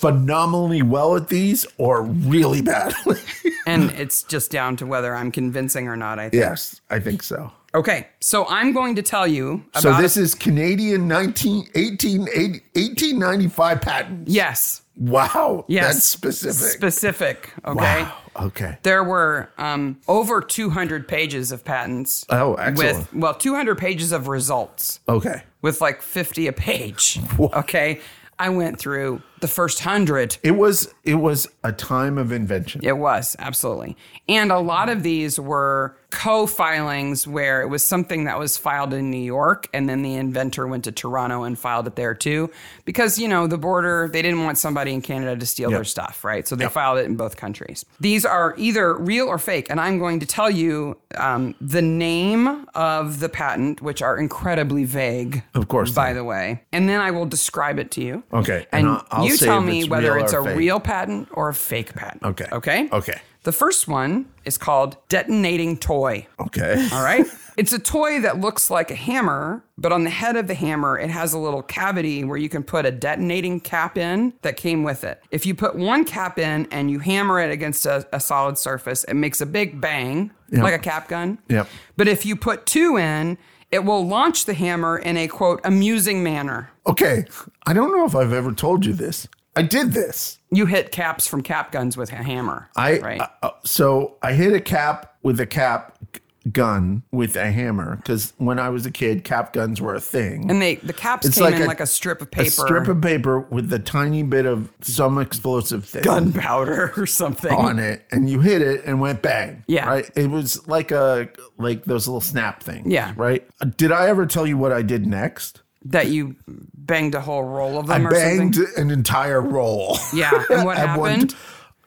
Speaker 2: phenomenally well at these or really badly. [laughs]
Speaker 1: And it's just down to whether I'm convincing or not, I think.
Speaker 2: yes, I think so.
Speaker 1: Okay. So I'm going to tell you about
Speaker 2: So this is Canadian 19, 18, 1895 patent.
Speaker 1: Yes.
Speaker 2: Wow.
Speaker 1: Yes.
Speaker 2: That's specific.
Speaker 1: Specific. Okay.
Speaker 2: Wow. Okay.
Speaker 1: There were um, over 200 pages of patents.
Speaker 2: Oh, excellent.
Speaker 1: With, well, 200 pages of results.
Speaker 2: Okay.
Speaker 1: with like 50 a page. Okay. I went through the first hundred.
Speaker 2: It was it was a time of invention.
Speaker 1: It was absolutely. And a lot of these were co filings where it was something that was filed in New York and then the inventor went to Toronto and filed it there too. Because, you know, the border, they didn't want somebody in Canada to steal their stuff, right? So they filed it in both countries. These are either real or fake. And I'm going to tell you um, the name of the patent, which are incredibly vague.
Speaker 2: Of course
Speaker 1: By
Speaker 2: they
Speaker 1: the way. And then I will describe it to you.
Speaker 2: Okay, and
Speaker 1: And,
Speaker 2: I'll- I'll
Speaker 1: you
Speaker 2: say
Speaker 1: tell
Speaker 2: if
Speaker 1: me
Speaker 2: it's
Speaker 1: whether
Speaker 2: real
Speaker 1: it's
Speaker 2: or
Speaker 1: a
Speaker 2: fake.
Speaker 1: real patent or a fake patent.
Speaker 2: Okay.
Speaker 1: Okay.
Speaker 2: Okay.
Speaker 1: The first one is called detonating toy.
Speaker 2: Okay.
Speaker 1: All
Speaker 2: [laughs]
Speaker 1: right. it's a toy that looks like a hammer, but on the head of the hammer, it has a little cavity where you can put a detonating cap in that came with it. If you put one cap in and you hammer it against a, a solid surface, it makes a big bang, like a cap gun.
Speaker 2: Yep.
Speaker 1: But if you put two in, it will launch the hammer in a quote, amusing manner.
Speaker 2: Okay. I don't know if I've ever told you this. I did this.
Speaker 1: You hit caps from cap guns with a hammer.
Speaker 2: I
Speaker 1: right.
Speaker 2: uh, so I hit a cap with a cap g- gun with a hammer because when I was a kid, cap guns were a thing.
Speaker 1: and they the caps
Speaker 2: It's
Speaker 1: came
Speaker 2: like
Speaker 1: in
Speaker 2: a-
Speaker 1: like a strip of paper.
Speaker 2: a strip of paper with a tiny bit of some explosive thing
Speaker 1: gunpowder [laughs] or something.
Speaker 2: on it, and you hit it and went bang.
Speaker 1: Yeah.
Speaker 2: right. It was like a like those little snap things.
Speaker 1: Yeah.
Speaker 2: right. Did I ever tell you what I did next?
Speaker 1: That you banged a whole roll of
Speaker 2: I
Speaker 1: them or
Speaker 2: banged
Speaker 1: something.
Speaker 2: an entire roll.
Speaker 1: Yeah,
Speaker 2: [laughs]
Speaker 1: and what
Speaker 2: At one
Speaker 1: happened?
Speaker 2: t-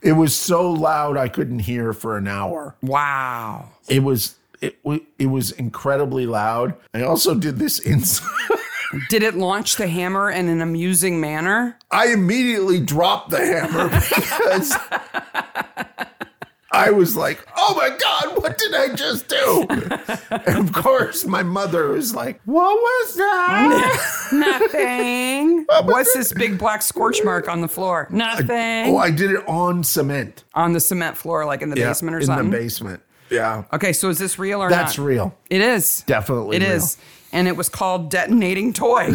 Speaker 2: it was so loud I couldn't hear for an hour.
Speaker 1: Wow.
Speaker 2: It was it wa- it was incredibly loud. I also did this [laughs] inside.
Speaker 1: Did it launch the hammer in an amusing manner?
Speaker 2: I immediately dropped the hammer [laughs] because I was like, "Oh my god, what did I just do?" And of course, my mother was like, "What was that?"
Speaker 1: [laughs] Nothing. What's this big black scorch mark on the floor? Nothing.
Speaker 2: oh, I did it on cement
Speaker 1: on the cement floor, like in the
Speaker 2: Yeah,
Speaker 1: basement or
Speaker 2: in
Speaker 1: something.
Speaker 2: the basement. Yeah,
Speaker 1: okay, so is this real or
Speaker 2: that's
Speaker 1: not?
Speaker 2: real.
Speaker 1: It is.
Speaker 2: Definitely
Speaker 1: it is,
Speaker 2: real.
Speaker 1: And it was called Detonating
Speaker 2: [laughs]
Speaker 1: Toy.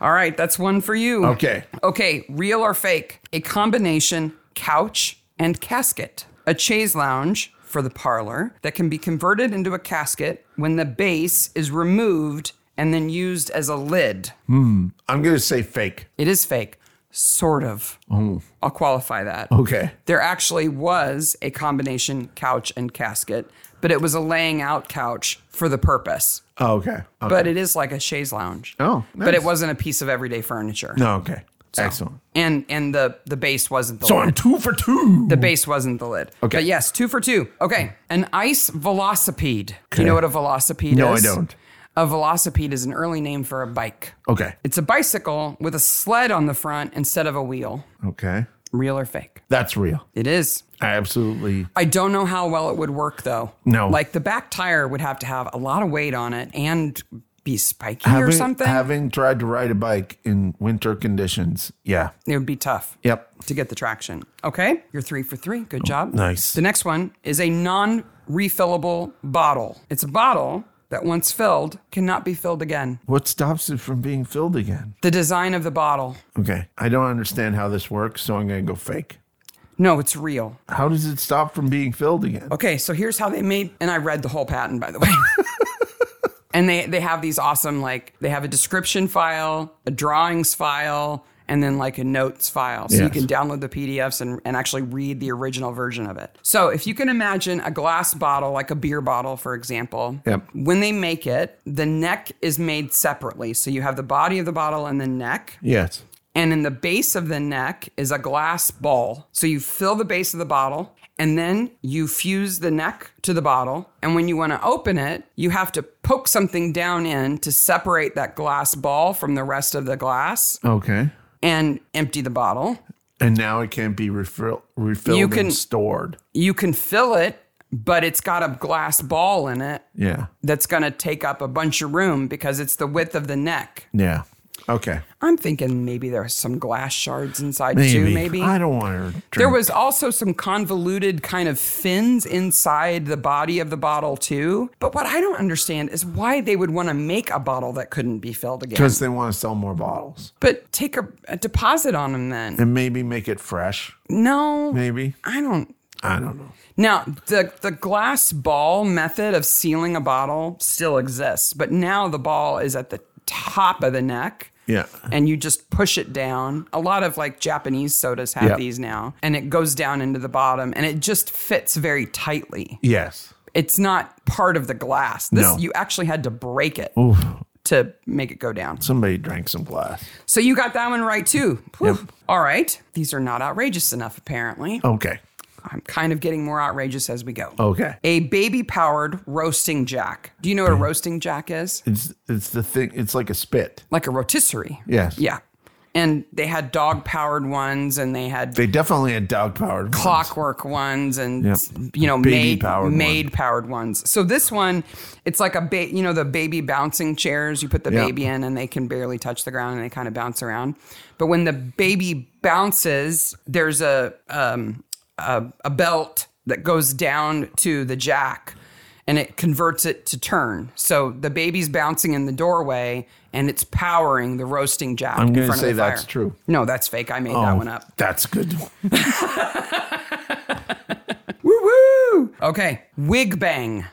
Speaker 1: All right, that's one for you.
Speaker 2: Okay.
Speaker 1: Okay, real or fake? A combination couch and casket. A chaise lounge for the parlor that can be converted into a casket when the base is removed and then used as a lid.
Speaker 2: I'm gonna say fake.
Speaker 1: It is fake, sort of. I'll qualify that.
Speaker 2: Oh. Okay.
Speaker 1: There actually was a combination couch and casket, but it was a laying out couch for the purpose
Speaker 2: Oh, okay. Okay.
Speaker 1: but it is like a chaise lounge.
Speaker 2: Oh,
Speaker 1: but
Speaker 2: nice.
Speaker 1: it wasn't a piece of everyday furniture.
Speaker 2: no, okay. Excellent.
Speaker 1: And and the the base wasn't the
Speaker 2: So
Speaker 1: lid.
Speaker 2: I'm two for two.
Speaker 1: the base wasn't the lid.
Speaker 2: Okay.
Speaker 1: But yes, two for two. Okay. An ice velocipede. Do you
Speaker 2: Okay.
Speaker 1: know what a velocipede
Speaker 2: No, I
Speaker 1: is?
Speaker 2: don't.
Speaker 1: A velocipede is an early name for a bike.
Speaker 2: okay.
Speaker 1: It's a bicycle with a sled on the front instead of a wheel.
Speaker 2: Okay.
Speaker 1: Real or fake?
Speaker 2: That's real.
Speaker 1: It is.
Speaker 2: I absolutely.
Speaker 1: I don't know how well it would work though.
Speaker 2: No.
Speaker 1: Like the back tire would have to have a lot of weight on it and be spiky
Speaker 2: having,
Speaker 1: or something,
Speaker 2: having tried to ride a bike in winter conditions. Yeah.
Speaker 1: it would be tough.
Speaker 2: Yep.
Speaker 1: to get the traction. Okay, you're three for three. Good job.
Speaker 2: nice.
Speaker 1: The next one is a non refillable bottle. It's a bottle that once filled cannot be filled again.
Speaker 2: What stops it from being filled again?
Speaker 1: The design of the bottle.
Speaker 2: Okay. I don't understand how this works, so I'm going to go fake.
Speaker 1: No, it's real.
Speaker 2: How does it stop from being filled again?
Speaker 1: Okay, so here's how they made, and I read the whole patent, by the
Speaker 2: [laughs]
Speaker 1: way. and they, they have these awesome, like, they have a description file, a drawings file, and then like a notes file. So you
Speaker 2: Yes.
Speaker 1: can download the PDFs and, and actually read the original version of it. So if you can imagine a glass bottle, like a beer bottle, for example,
Speaker 2: Yep.
Speaker 1: when they make it, the neck is made separately. So you have the body of the bottle and the neck.
Speaker 2: Yes.
Speaker 1: And in the base of the neck is a glass ball. So you fill the base of the bottle and then you fuse the neck to the bottle. And when you want to open it, you have to poke something down in to separate that glass ball from the rest of the glass
Speaker 2: Okay.
Speaker 1: and empty the bottle.
Speaker 2: And now it can't be refill, refilled
Speaker 1: You can-
Speaker 2: and stored.
Speaker 1: You can fill it, but it's got a glass ball in it
Speaker 2: Yeah.
Speaker 1: that's going to take up a bunch of room because it's the width of the neck.
Speaker 2: Yeah. Okay.
Speaker 1: I'm thinking maybe there are some glass shards inside too,
Speaker 2: Maybe.
Speaker 1: maybe.
Speaker 2: I don't want to. Drink.
Speaker 1: There was also some convoluted kind of fins inside the body of the bottle too. But what I don't understand is why they would want to make a bottle that couldn't be filled again.
Speaker 2: because they want to sell more bottles
Speaker 1: But take a, a deposit on them then.
Speaker 2: and maybe make it fresh.
Speaker 1: No,
Speaker 2: Maybe.
Speaker 1: I don't.
Speaker 2: I don't know.
Speaker 1: Now the the glass ball method of sealing a bottle still exists, but now the ball is at the top of the neck.
Speaker 2: Yeah.
Speaker 1: and you just push it down. A lot of like Japanese sodas have
Speaker 2: Yeah.
Speaker 1: these now, and it goes down into the bottom and it just fits very tightly.
Speaker 2: Yes.
Speaker 1: It's not part of the glass. This
Speaker 2: No.
Speaker 1: you actually had to break it to make it go down.
Speaker 2: Somebody drank some glass.
Speaker 1: So you got that one right too. Whew. All right. These are not outrageous enough apparently.
Speaker 2: Okay.
Speaker 1: I'm kind of getting more outrageous as we go.
Speaker 2: Okay.
Speaker 1: A baby powered roasting jack. Do you know what a roasting jack is?
Speaker 2: It's it's the thing. It's like a spit.
Speaker 1: Like a rotisserie.
Speaker 2: Yes.
Speaker 1: Yeah. And they had dog powered ones and they had
Speaker 2: They definitely had dog powered
Speaker 1: clockwork ones and
Speaker 2: Yep.
Speaker 1: you know
Speaker 2: Baby
Speaker 1: made
Speaker 2: powered one.
Speaker 1: made powered ones. So this one, it's like a ba- you know the baby bouncing chairs. You put the
Speaker 2: Yeah.
Speaker 1: baby in and they can barely touch the ground and they kind of bounce around. But when the baby bounces, there's a um, a, a belt that goes down to the jack. And it converts it to turn. So the baby's bouncing in the doorway and it's powering the roasting jack.
Speaker 2: I'm
Speaker 1: in
Speaker 2: gonna
Speaker 1: front of
Speaker 2: say
Speaker 1: the
Speaker 2: that's
Speaker 1: fire.
Speaker 2: true. Oh,
Speaker 1: No, that's fake. I made that one up.
Speaker 2: That's good.
Speaker 1: Woo-woo! Okay, wig bang.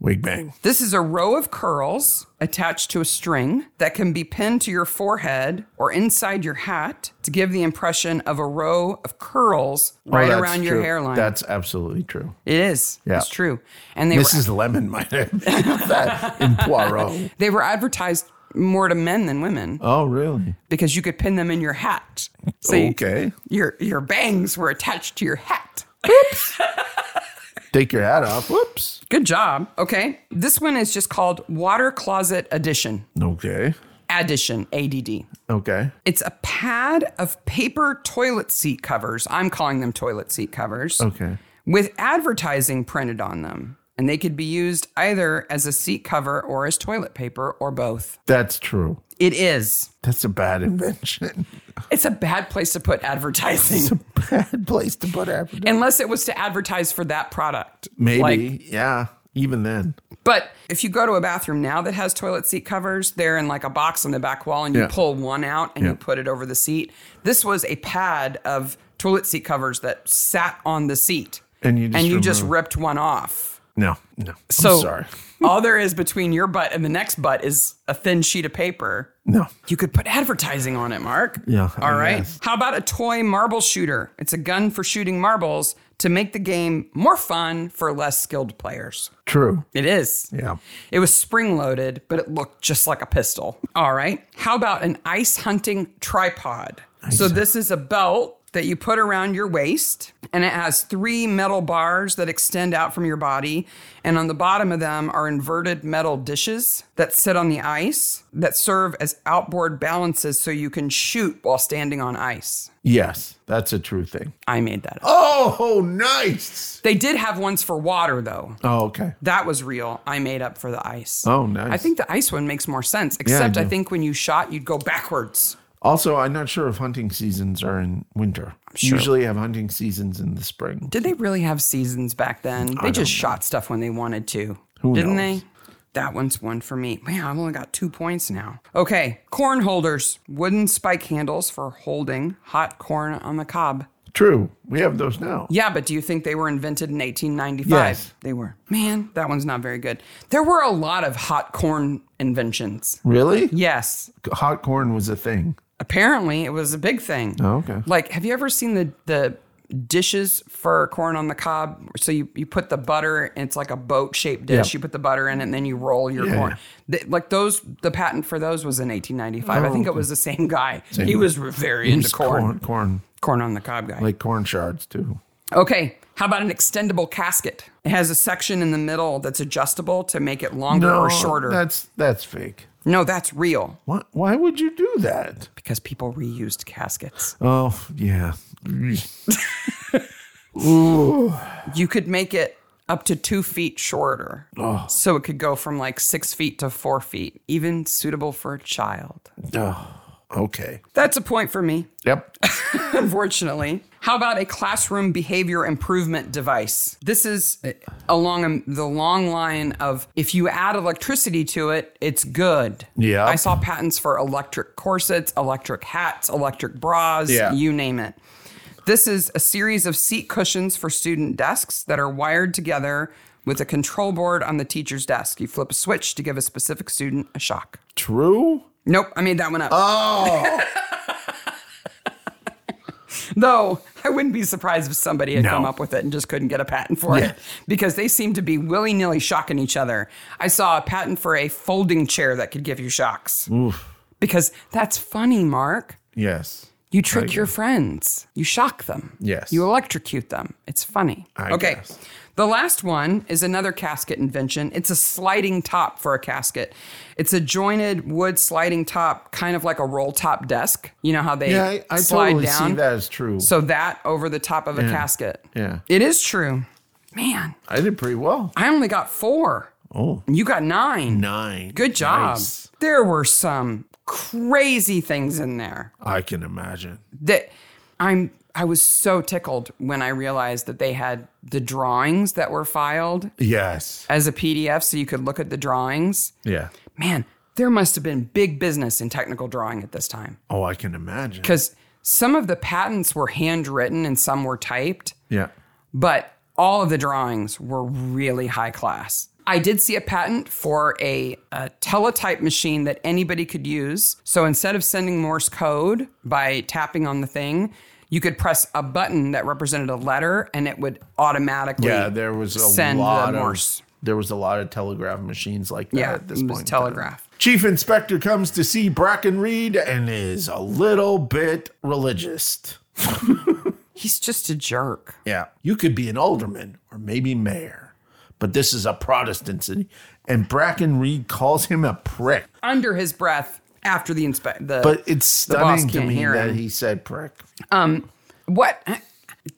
Speaker 2: Wig bang. Oh,
Speaker 1: This is a row of curls attached to a string that can be pinned to your forehead or inside your hat to give the impression of a row of curls
Speaker 2: Oh,
Speaker 1: right
Speaker 2: that's
Speaker 1: around your
Speaker 2: true.
Speaker 1: hairline.
Speaker 2: That's absolutely true.
Speaker 1: it is.
Speaker 2: Yeah.
Speaker 1: It's true. And they were
Speaker 2: Mrs. Lemon might have [laughs] that in Poirot.
Speaker 1: they were advertised more to men than women
Speaker 2: Oh, really? because
Speaker 1: because you could pin them in your hat. So you-
Speaker 2: Okay.
Speaker 1: your your bangs were attached to your hat.
Speaker 2: Take your hat off. Whoops.
Speaker 1: Good job. Okay. This one is just called water closet addition.
Speaker 2: Okay.
Speaker 1: Addition, ADD.
Speaker 2: Okay.
Speaker 1: It's a pad of paper toilet seat covers. I'm calling them toilet seat covers.
Speaker 2: Okay.
Speaker 1: With advertising printed on them. And they could be used either as a seat cover or as toilet paper or both.
Speaker 2: That's true.
Speaker 1: It is.
Speaker 2: That's a bad invention. [laughs]
Speaker 1: It's a bad place to put advertising.
Speaker 2: bad place to put advertising.
Speaker 1: Unless it was to advertise for that product.
Speaker 2: Maybe.
Speaker 1: Like,
Speaker 2: yeah. Even then.
Speaker 1: but if you go to a bathroom now that has toilet seat covers, they're in like a box on the back wall and you
Speaker 2: Yeah.
Speaker 1: pull one out and you
Speaker 2: Yeah.
Speaker 1: put it over the seat. This was a pad of toilet seat covers that sat on the seat.
Speaker 2: And you just
Speaker 1: and you just
Speaker 2: remove-
Speaker 1: ripped one off.
Speaker 2: No. No.
Speaker 1: So
Speaker 2: I'm sorry.
Speaker 1: [laughs] all there is between your butt and the next butt is a thin sheet of paper.
Speaker 2: No.
Speaker 1: You could put advertising on it, Mark.
Speaker 2: Yeah, I
Speaker 1: All right.
Speaker 2: guess.
Speaker 1: How about a toy marble shooter? It's a gun for shooting marbles to make the game more fun for less skilled players.
Speaker 2: True.
Speaker 1: It is.
Speaker 2: Yeah.
Speaker 1: It was spring loaded, but it looked just like a pistol. All right. How about an ice hunting tripod? So, this is a belt that you put around your waist, and it has three metal bars that extend out from your body. And on the bottom of them are inverted metal dishes that sit on the ice that serve as outboard balances so you can shoot while standing on ice.
Speaker 2: Yes, that's a true thing.
Speaker 1: I made that up.
Speaker 2: Oh, nice.
Speaker 1: They did have ones for water, though.
Speaker 2: Oh, okay.
Speaker 1: That was real. I made up for the ice.
Speaker 2: Oh, nice.
Speaker 1: I think the ice one makes more sense, except I
Speaker 2: do.
Speaker 1: think when you shot, you'd go backwards.
Speaker 2: Also, I'm not sure if hunting seasons are in winter.
Speaker 1: sure.
Speaker 2: Usually have hunting seasons in the spring.
Speaker 1: Did they really have seasons back then? They just shot stuff when they wanted to. didn't
Speaker 2: knows?
Speaker 1: they? That one's one for me. Man, I've only got two points now. Okay, corn holders, wooden spike handles for holding hot corn on the cob.
Speaker 2: True. We have those now.
Speaker 1: Yeah, but do you think they were invented in 1895?
Speaker 2: Yes.
Speaker 1: They were. Man, that one's not very good. There were a lot of hot corn inventions.
Speaker 2: Really?
Speaker 1: Yes,
Speaker 2: Hot corn was a thing.
Speaker 1: apparently it was a big thing.
Speaker 2: Oh, okay.
Speaker 1: Like, have you ever seen the the dishes for corn on the cob? So you, you put the butter, and it's like a boat shaped dish.
Speaker 2: Yeah.
Speaker 1: You put the butter in, it, and then you roll your
Speaker 2: Yeah, Oh,
Speaker 1: corn. Th- like those, the patent for those was in 1895. I think it was the same guy. he
Speaker 2: guy.
Speaker 1: was very into
Speaker 2: It's
Speaker 1: corn. corn.
Speaker 2: corn. Corn.
Speaker 1: on the cob guy.
Speaker 2: Like corn shards, too.
Speaker 1: okay. How about an extendable casket? It has a section in the middle that's adjustable to make it longer or shorter.
Speaker 2: That's that's fake.
Speaker 1: no, that's real
Speaker 2: What? Why would you do that?
Speaker 1: because people reused caskets.
Speaker 2: Oh, yeah.
Speaker 1: you could make it up to two feet shorter. So it could go from like six feet to four feet, even suitable for a child.
Speaker 2: Oh, okay.
Speaker 1: That's a point for me, [laughs]
Speaker 2: Yep.
Speaker 1: unfortunately. How about a classroom behavior improvement device? This is along um, the long line of if you add electricity to it, it's good.
Speaker 2: Yeah.
Speaker 1: I saw patents for electric corsets, electric hats, electric bras,
Speaker 2: Yeah.
Speaker 1: you name it. This is a series of seat cushions for student desks that are wired together with a control board on the teacher's desk. You flip a switch to give a specific student a shock.
Speaker 2: True.
Speaker 1: Nope, I made that one up. Oh. Though I wouldn't be surprised if somebody had
Speaker 2: No.
Speaker 1: come up with it and just couldn't get a patent for
Speaker 2: Yeah.
Speaker 1: it because they seem to be willy nilly shocking each other. I saw a patent for a folding chair that could give you shocks because that's funny, Mark.
Speaker 2: Yes.
Speaker 1: You trick your friends. You shock them.
Speaker 2: Yes.
Speaker 1: You electrocute them. It's funny.
Speaker 2: I
Speaker 1: okay.
Speaker 2: guess.
Speaker 1: The last one is another casket invention. It's a sliding top for a casket. It's a jointed wood sliding top, kind of like a roll top desk. You know how they
Speaker 2: Yeah, I, I
Speaker 1: slide
Speaker 2: totally
Speaker 1: down.
Speaker 2: see that as true.
Speaker 1: So that over the top of a casket.
Speaker 2: yeah.
Speaker 1: It is true. Man,
Speaker 2: I did pretty well.
Speaker 1: I only got four.
Speaker 2: Oh.
Speaker 1: You got nine.
Speaker 2: Nine.
Speaker 1: Good job.
Speaker 2: Nice.
Speaker 1: There were some crazy things in there.
Speaker 2: I can imagine.
Speaker 1: that I'm I was so tickled when I realized that they had the drawings that were filed
Speaker 2: Yes.
Speaker 1: as a PDF so you could look at the drawings.
Speaker 2: Yeah.
Speaker 1: Man, there must have been big business in technical drawing at this time
Speaker 2: Oh, I can imagine.
Speaker 1: cuz some of the patents were handwritten and some were typed,
Speaker 2: Yeah.
Speaker 1: but all of the drawings were really high class. I did see a patent for a, a teletype machine that anybody could use. So instead of sending Morse code by tapping on the thing, you could press a button that represented a letter and it would automatically
Speaker 2: Yeah. There was a
Speaker 1: send
Speaker 2: lot
Speaker 1: the
Speaker 2: of
Speaker 1: Morse.
Speaker 2: there was a lot of telegraph machines like that
Speaker 1: yeah,
Speaker 2: at this
Speaker 1: it
Speaker 2: point.
Speaker 1: was
Speaker 2: in time.
Speaker 1: telegraph.
Speaker 2: Chief Inspector comes to see Bracken Reed and is a little bit religious.
Speaker 1: He's just a jerk.
Speaker 2: Yeah. You could be an alderman or maybe mayor, but this is a Protestant city. And Bracken Reed calls him a prick.
Speaker 1: Under his breath after the inspect the
Speaker 2: But it's
Speaker 1: The boss
Speaker 2: stunning to
Speaker 1: can't
Speaker 2: me
Speaker 1: hear
Speaker 2: that
Speaker 1: him.
Speaker 2: he said prick.
Speaker 1: what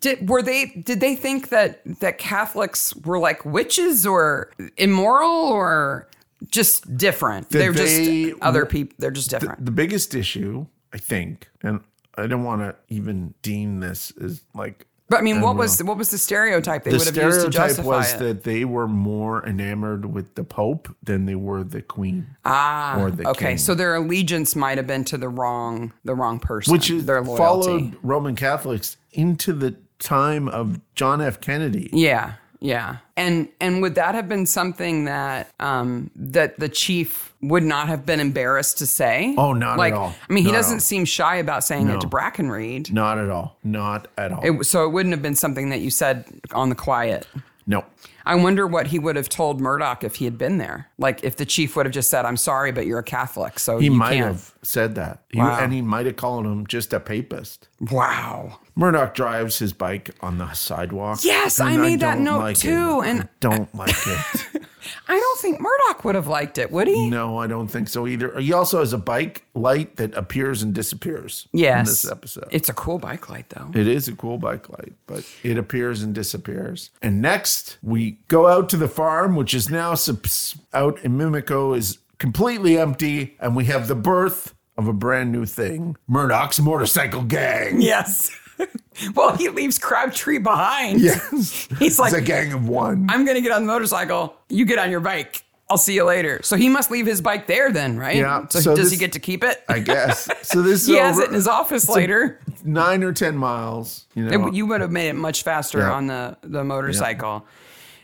Speaker 1: did were they did they think that that catholics were like witches or immoral or just different they're
Speaker 2: they-
Speaker 1: just other people they're just different
Speaker 2: The biggest issue, I think, and I don't want to even deem this as like
Speaker 1: but i mean what was what was the stereotype they
Speaker 2: the
Speaker 1: would have used to
Speaker 2: stereotype
Speaker 1: justify
Speaker 2: was
Speaker 1: it
Speaker 2: that they were more enamored with the Pope than they were the Queen ah, or the
Speaker 1: okay
Speaker 2: King,
Speaker 1: so their allegiance might have been to the wrong the wrong person
Speaker 2: which is
Speaker 1: their loyalty
Speaker 2: followed Roman Catholics into the time of John F. Kennedy.
Speaker 1: yeah yeah and and would that have been something that um that the chief would not have been embarrassed to say
Speaker 2: Oh, not at
Speaker 1: like
Speaker 2: all.
Speaker 1: i mean he
Speaker 2: Not at
Speaker 1: doesn't
Speaker 2: all.
Speaker 1: seem shy about saying it to brackenreed
Speaker 2: Not at all. Not at all.
Speaker 1: It, so it wouldn't have been something that you said on the quiet.
Speaker 2: no.
Speaker 1: I wonder what he would have told Murdoch if he had been there. Like if the chief would have just said, "I'm sorry, but you're a Catholic, so
Speaker 2: He
Speaker 1: you
Speaker 2: might
Speaker 1: can't."
Speaker 2: have said that. He-
Speaker 1: Wow.
Speaker 2: and he might have called him just a papist.
Speaker 1: Wow.
Speaker 2: Murdoch drives his bike on the sidewalk.
Speaker 1: Yes,
Speaker 2: and
Speaker 1: I made that
Speaker 2: don't
Speaker 1: note
Speaker 2: like it.
Speaker 1: too, and-
Speaker 2: I don't like
Speaker 1: [laughs]
Speaker 2: it.
Speaker 1: I don't think Murdoch would have liked it, would he?
Speaker 2: No, I don't think so either. He also has a bike light that appears and disappears. in
Speaker 1: Yes.
Speaker 2: this episode.
Speaker 1: It's a cool bike light though.
Speaker 2: It is a cool bike light, but it appears and disappears. And next, we go out to the farm, which is now subs- out in Mimico, is completely empty, and we have the birth of a brand new thing Murdoch's motorcycle gang.
Speaker 1: Yes. [laughs] well, he leaves Crabtree behind.
Speaker 2: Yes.
Speaker 1: [laughs] He's like,
Speaker 2: it's a gang of one.
Speaker 1: I'm going to get on the motorcycle. You get on your bike. I'll see you later. So he must leave his bike there then, right?
Speaker 2: Yeah,
Speaker 1: So,
Speaker 2: so
Speaker 1: does
Speaker 2: this-
Speaker 1: he get to keep it?
Speaker 2: I guess. So this is
Speaker 1: he has
Speaker 2: over
Speaker 1: it in his office later.
Speaker 2: nine or 10 miles, you
Speaker 1: It-
Speaker 2: know.
Speaker 1: you would have made it much faster
Speaker 2: Yeah.
Speaker 1: on the, the motorcycle.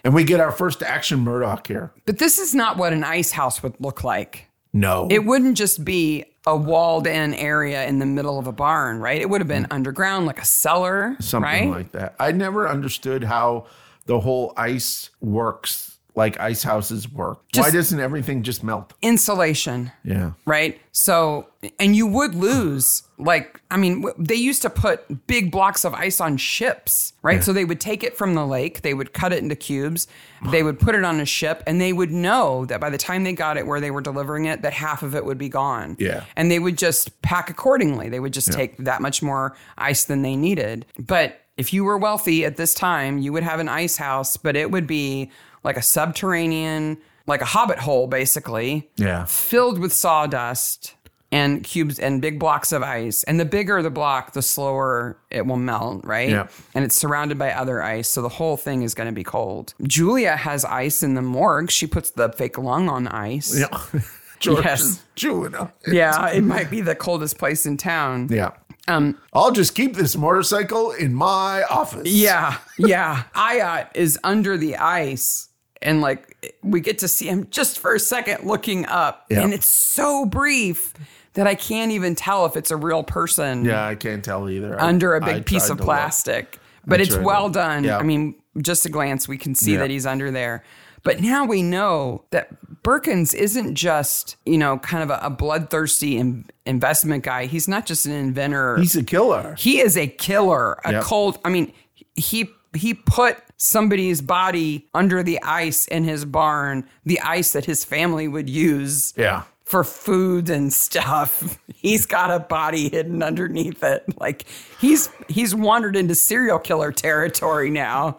Speaker 2: and we get our first action Murdoch here.
Speaker 1: But this is not what an ice house would look like.
Speaker 2: No.
Speaker 1: It wouldn't just be a walled in area in the middle of a barn, right? It would have been underground, like a cellar,
Speaker 2: Mm. something
Speaker 1: right?
Speaker 2: like that. I never understood how the whole ice works, like ice houses work. Why
Speaker 1: Just-
Speaker 2: doesn't everything just melt?
Speaker 1: Insulation.
Speaker 2: Yeah.
Speaker 1: right? So, and you would lose. Like, I mean, w- they used to put big blocks of ice on ships, right? So they would take it from the lake, they would cut it into cubes, they would put it on a ship, and they would know that by the time they got it where they were delivering it, that half of it would be gone.
Speaker 2: Yeah.
Speaker 1: And they would just pack accordingly. They would just take that much more ice than they needed. But if you were wealthy at this time, you would have an ice house, but it would be like a subterranean, like a hobbit hole, basically
Speaker 2: Yeah.
Speaker 1: filled with sawdust and cubes and big blocks of ice. And the bigger the block, the slower it will melt, right?
Speaker 2: Yeah.
Speaker 1: And it's surrounded by other ice, so the whole thing is going to be cold. Julia has ice in the morgue. She puts the fake lung on ice.
Speaker 2: Yeah. [laughs] George
Speaker 1: Yes.
Speaker 2: is chewing up.
Speaker 1: Yeah, it might be the coldest place in town.
Speaker 2: Yeah. Um, I'll just keep this motorcycle in my office.
Speaker 1: Yeah, yeah. Ayat is under the ice, and like we get to see him just for a second looking up,
Speaker 2: Yeah.
Speaker 1: and it's so brief that I can't even tell if it's a real person
Speaker 2: Yeah, I can't tell either. I-
Speaker 1: under a
Speaker 2: I
Speaker 1: big piece
Speaker 2: tried
Speaker 1: of
Speaker 2: to look.
Speaker 1: plastic. But it's
Speaker 2: tried to
Speaker 1: well
Speaker 2: look.
Speaker 1: done.
Speaker 2: Yeah.
Speaker 1: I mean, just a glance, we can see
Speaker 2: Yeah.
Speaker 1: that he's under there. But now we know that Perkins isn't just, you know, kind of a, a bloodthirsty in, investment guy. He's not just an inventor
Speaker 2: He's a killer.
Speaker 1: he is a killer a
Speaker 2: Yep.
Speaker 1: cold i mean he he put somebody's body under the ice in his barn the ice that his family would use
Speaker 2: Yeah.
Speaker 1: for food and stuff he's got a body hidden underneath it like he's he's wandered into serial killer territory now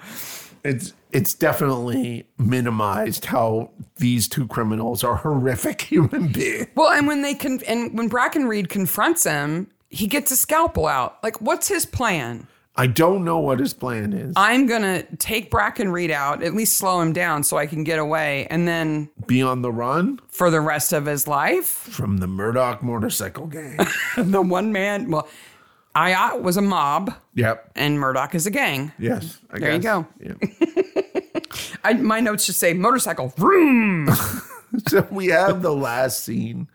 Speaker 2: It's it's definitely minimized how these two criminals are horrific [laughs] human beings.
Speaker 1: well and when they can and when brackenreed confronts him he gets a scalpel out like what's his plan
Speaker 2: I don't know what his plan is.
Speaker 1: i'm gonna take brackenreed out at least slow him down so i can get away and then
Speaker 2: Be on the run
Speaker 1: for the rest of his life. [laughs]
Speaker 2: from the Murdoch motorcycle gang.
Speaker 1: the one man, well, Ayat was a mob
Speaker 2: yep.
Speaker 1: and Murdoch is a gang.
Speaker 2: Yes. I
Speaker 1: There you
Speaker 2: guess.
Speaker 1: go.
Speaker 2: Yeah. [laughs]
Speaker 1: I, my notes just say motorcycle, vroom.
Speaker 2: so we have the last scene,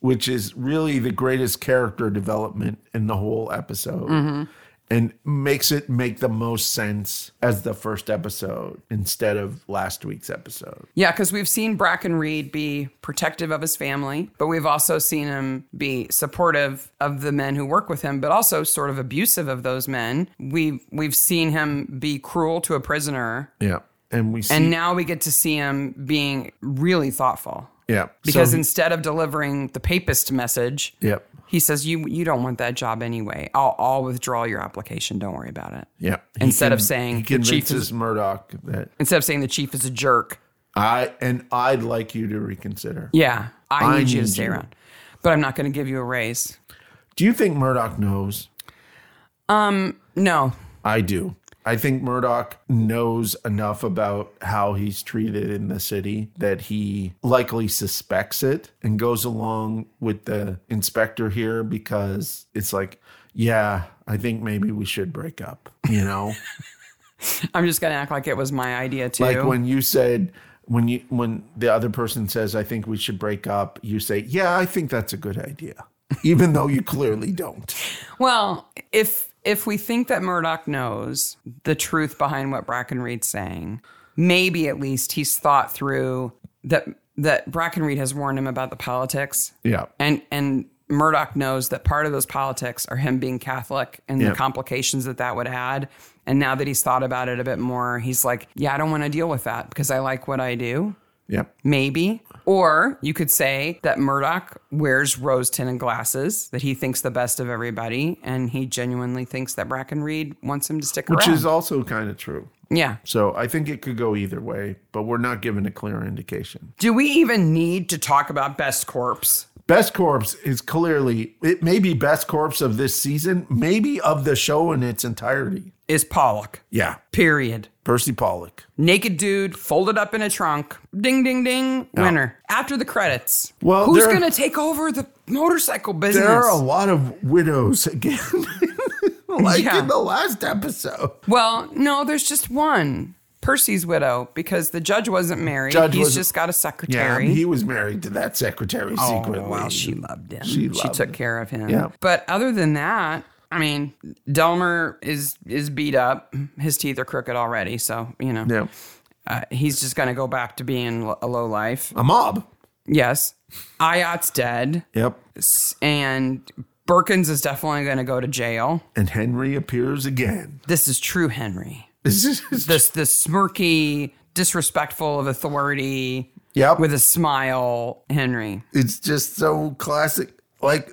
Speaker 2: which is really the greatest character development in the whole episode.
Speaker 1: Mm-hmm.
Speaker 2: And makes it make the most sense as the first episode instead of last week's episode.
Speaker 1: Yeah, because we've seen Brackenreed be protective of his family, but we've also seen him be supportive of the men who work with him, but also sort of abusive of those men. We've we've seen him be cruel to a prisoner,
Speaker 2: Yeah. And we see,
Speaker 1: and now we get to see him being really thoughtful.
Speaker 2: yeah.
Speaker 1: Because
Speaker 2: so,
Speaker 1: instead of delivering the papist message,
Speaker 2: Yep.
Speaker 1: he says, "You you don't want that job anyway. I'll I'll withdraw your application. Don't worry about it."
Speaker 2: yeah. He
Speaker 1: Instead of
Speaker 2: con-
Speaker 1: saying
Speaker 2: he
Speaker 1: the chief
Speaker 2: convinces
Speaker 1: is,
Speaker 2: Murdoch that
Speaker 1: instead of saying the chief is a jerk,
Speaker 2: I, and I'd like you to reconsider.
Speaker 1: yeah, I,
Speaker 2: I
Speaker 1: need you to
Speaker 2: need
Speaker 1: stay
Speaker 2: you.
Speaker 1: around, but I'm not going to give you a raise.
Speaker 2: Do you think Murdoch knows?
Speaker 1: No,
Speaker 2: I do. I think Murdoch knows enough about how he's treated in the city that he likely suspects it and goes along with the inspector here because it's like, yeah, I think maybe we should break up, you know?
Speaker 1: I'm just going to act like it was my idea too.
Speaker 2: like when you said when you when the other person says I think we should break up, you say, "Yeah, I think that's a good idea." [laughs] Even though you clearly don't.
Speaker 1: well, if if we think that Murdoch knows the truth behind what Brackenreed's saying, maybe at least he's thought through that that Brackenreed has warned him about the politics.
Speaker 2: Yeah.
Speaker 1: And and Murdoch knows that part of those politics are him being Catholic and
Speaker 2: Yeah.
Speaker 1: the complications that that would add. And now that he's thought about it a bit more, he's like, yeah, I don't want to deal with that because I like what I do.
Speaker 2: Yep.
Speaker 1: Maybe. Or you could say that Murdoch wears rose tinted glasses, that he thinks the best of everybody, and he genuinely thinks that Brackenreed wants him to stick
Speaker 2: Which
Speaker 1: around.
Speaker 2: is also kind of true.
Speaker 1: yeah.
Speaker 2: So I think it could go either way, but we're not given a clear indication.
Speaker 1: Do we even need to talk about Best Corpse?
Speaker 2: Best Corpse is clearly, it may be Best Corpse of this season, maybe of the show in its entirety.
Speaker 1: Is Pollock.
Speaker 2: Yeah.
Speaker 1: Period.
Speaker 2: Percy Pollock.
Speaker 1: Naked dude, folded up in a trunk. Ding, ding, ding. Winner. After the credits.
Speaker 2: Well,
Speaker 1: who's
Speaker 2: there-
Speaker 1: going to take over the motorcycle business?
Speaker 2: There are a lot of widows [laughs] again, like
Speaker 1: Yeah.
Speaker 2: in the last episode.
Speaker 1: well, no, there's just one. Percy's widow, because the judge wasn't married.
Speaker 2: Judge
Speaker 1: He's
Speaker 2: wasn't-
Speaker 1: just got a
Speaker 2: Yeah,
Speaker 1: secretary.
Speaker 2: he was married to that secretary secretly.
Speaker 1: Oh, well, she loved him.
Speaker 2: She
Speaker 1: She,
Speaker 2: loved
Speaker 1: took
Speaker 2: him.
Speaker 1: care of him.
Speaker 2: Yeah.
Speaker 1: But other than that, I mean, Delmer is is beat up. His teeth are crooked already, so you know.
Speaker 2: yeah.
Speaker 1: Uh, he's just going to go back to being l- a low life.
Speaker 2: A mob.
Speaker 1: Yes. Ayot's dead,
Speaker 2: Yep.
Speaker 1: S- and Birkins is definitely going to go to jail.
Speaker 2: And Henry appears again. [laughs]
Speaker 1: This is true, Henry.
Speaker 2: This is
Speaker 1: This this smirky, disrespectful of authority
Speaker 2: Yep.
Speaker 1: with a smile, Henry.
Speaker 2: it's just so classic. Like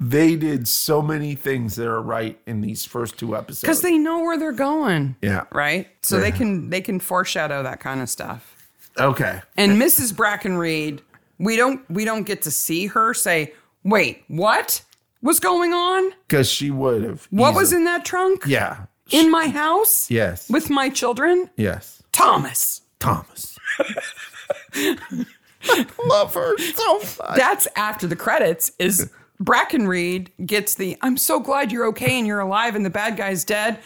Speaker 2: they did so many things that are right in these first two
Speaker 1: because
Speaker 2: episodes.
Speaker 1: they know where they're going.
Speaker 2: Yeah.
Speaker 1: Right. So they can they can foreshadow that kind of stuff.
Speaker 2: okay.
Speaker 1: And Mrs. Brackenreed, we don't we don't get to see her say, "Wait, what was going on?
Speaker 2: Because she would have.
Speaker 1: What was in that trunk?
Speaker 2: Yeah.
Speaker 1: in my house?
Speaker 2: Yes.
Speaker 1: with my children,
Speaker 2: yes.
Speaker 1: Thomas." [laughs]
Speaker 2: Thomas. Love her so much.
Speaker 1: That's after the credits is Brackenreed gets the I'm so glad you're okay and you're alive and the bad guy's dead.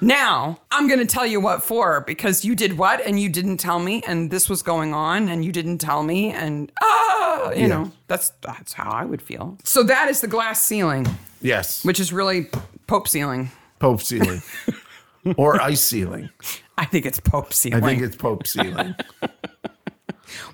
Speaker 1: Now, I'm going to tell you what for because you did what and you didn't tell me and this was going on and you didn't tell me and ah, you know. That's that's how I would feel. So that is the glass ceiling,
Speaker 2: Yes.
Speaker 1: which is really Pope ceiling.
Speaker 2: Pope ceiling.
Speaker 1: [laughs]
Speaker 2: or ice ceiling.
Speaker 1: I think it's Pope
Speaker 2: I
Speaker 1: ceiling.
Speaker 2: think it's Pope ceiling.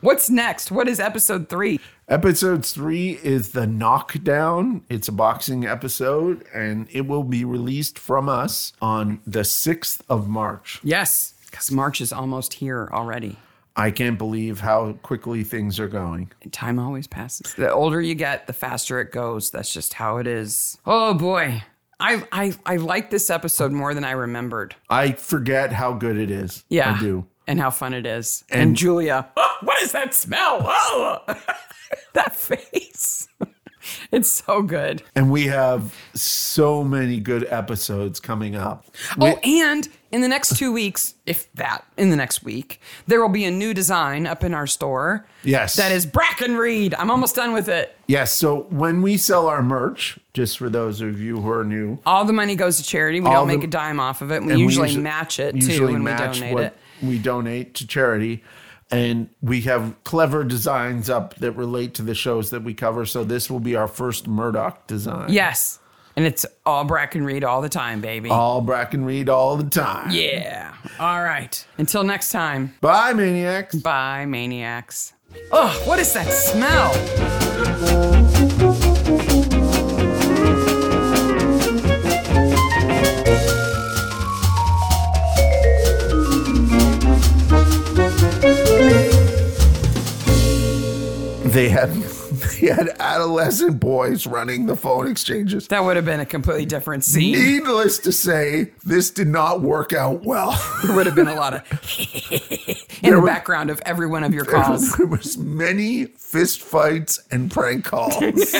Speaker 1: What's next? What is episode 3?
Speaker 2: Episode three is the knockdown. It's a boxing episode, and it will be released from us on the 6th of March.
Speaker 1: Yes, cuz March is almost here already.
Speaker 2: I can't believe how quickly things are going.
Speaker 1: time always passes. The older you get, the faster it goes. That's just how it is. Oh boy. I I, I like this episode more than I remembered.
Speaker 2: I forget how good it is.
Speaker 1: Yeah.
Speaker 2: I do.
Speaker 1: And how fun it is. And, Julia, [laughs] "Oh, what is that smell? Oh [laughs] that face. [laughs] it's so good.
Speaker 2: And we have so many good episodes coming up.
Speaker 1: Oh, and in the next two weeks, if that, in the next week, there will be a new design up in our store.
Speaker 2: Yes.
Speaker 1: That is Brackenreed. I'm almost done with it.
Speaker 2: Yes. So when we sell our merch, just for those of you who are new,
Speaker 1: All the money goes to charity. We
Speaker 2: All
Speaker 1: don't
Speaker 2: the-
Speaker 1: make a dime off of it. We
Speaker 2: and we
Speaker 1: usually
Speaker 2: usu-
Speaker 1: match it too
Speaker 2: usually
Speaker 1: when we
Speaker 2: match
Speaker 1: donate
Speaker 2: what
Speaker 1: it.
Speaker 2: we donate to charity. And we have clever designs up that relate to the shows that we cover. So this will be our first Murdoch design.
Speaker 1: Yes. And it's all Brackenreed all the time, baby.
Speaker 2: All Brackenreed all the time.
Speaker 1: yeah. All right. Until next time.
Speaker 2: Bye, Maniacs.
Speaker 1: Bye, maniacs. Oh, what is that smell?
Speaker 2: They had [laughs] they had adolescent boys running the phone exchanges.
Speaker 1: That would have been a completely different
Speaker 2: [laughs]
Speaker 1: scene.
Speaker 2: Needless to say, this did not work out well. [laughs]
Speaker 1: There would have been a lot of [laughs] in the background of every one of your calls. [laughs]
Speaker 2: there was many fist fights and prank calls.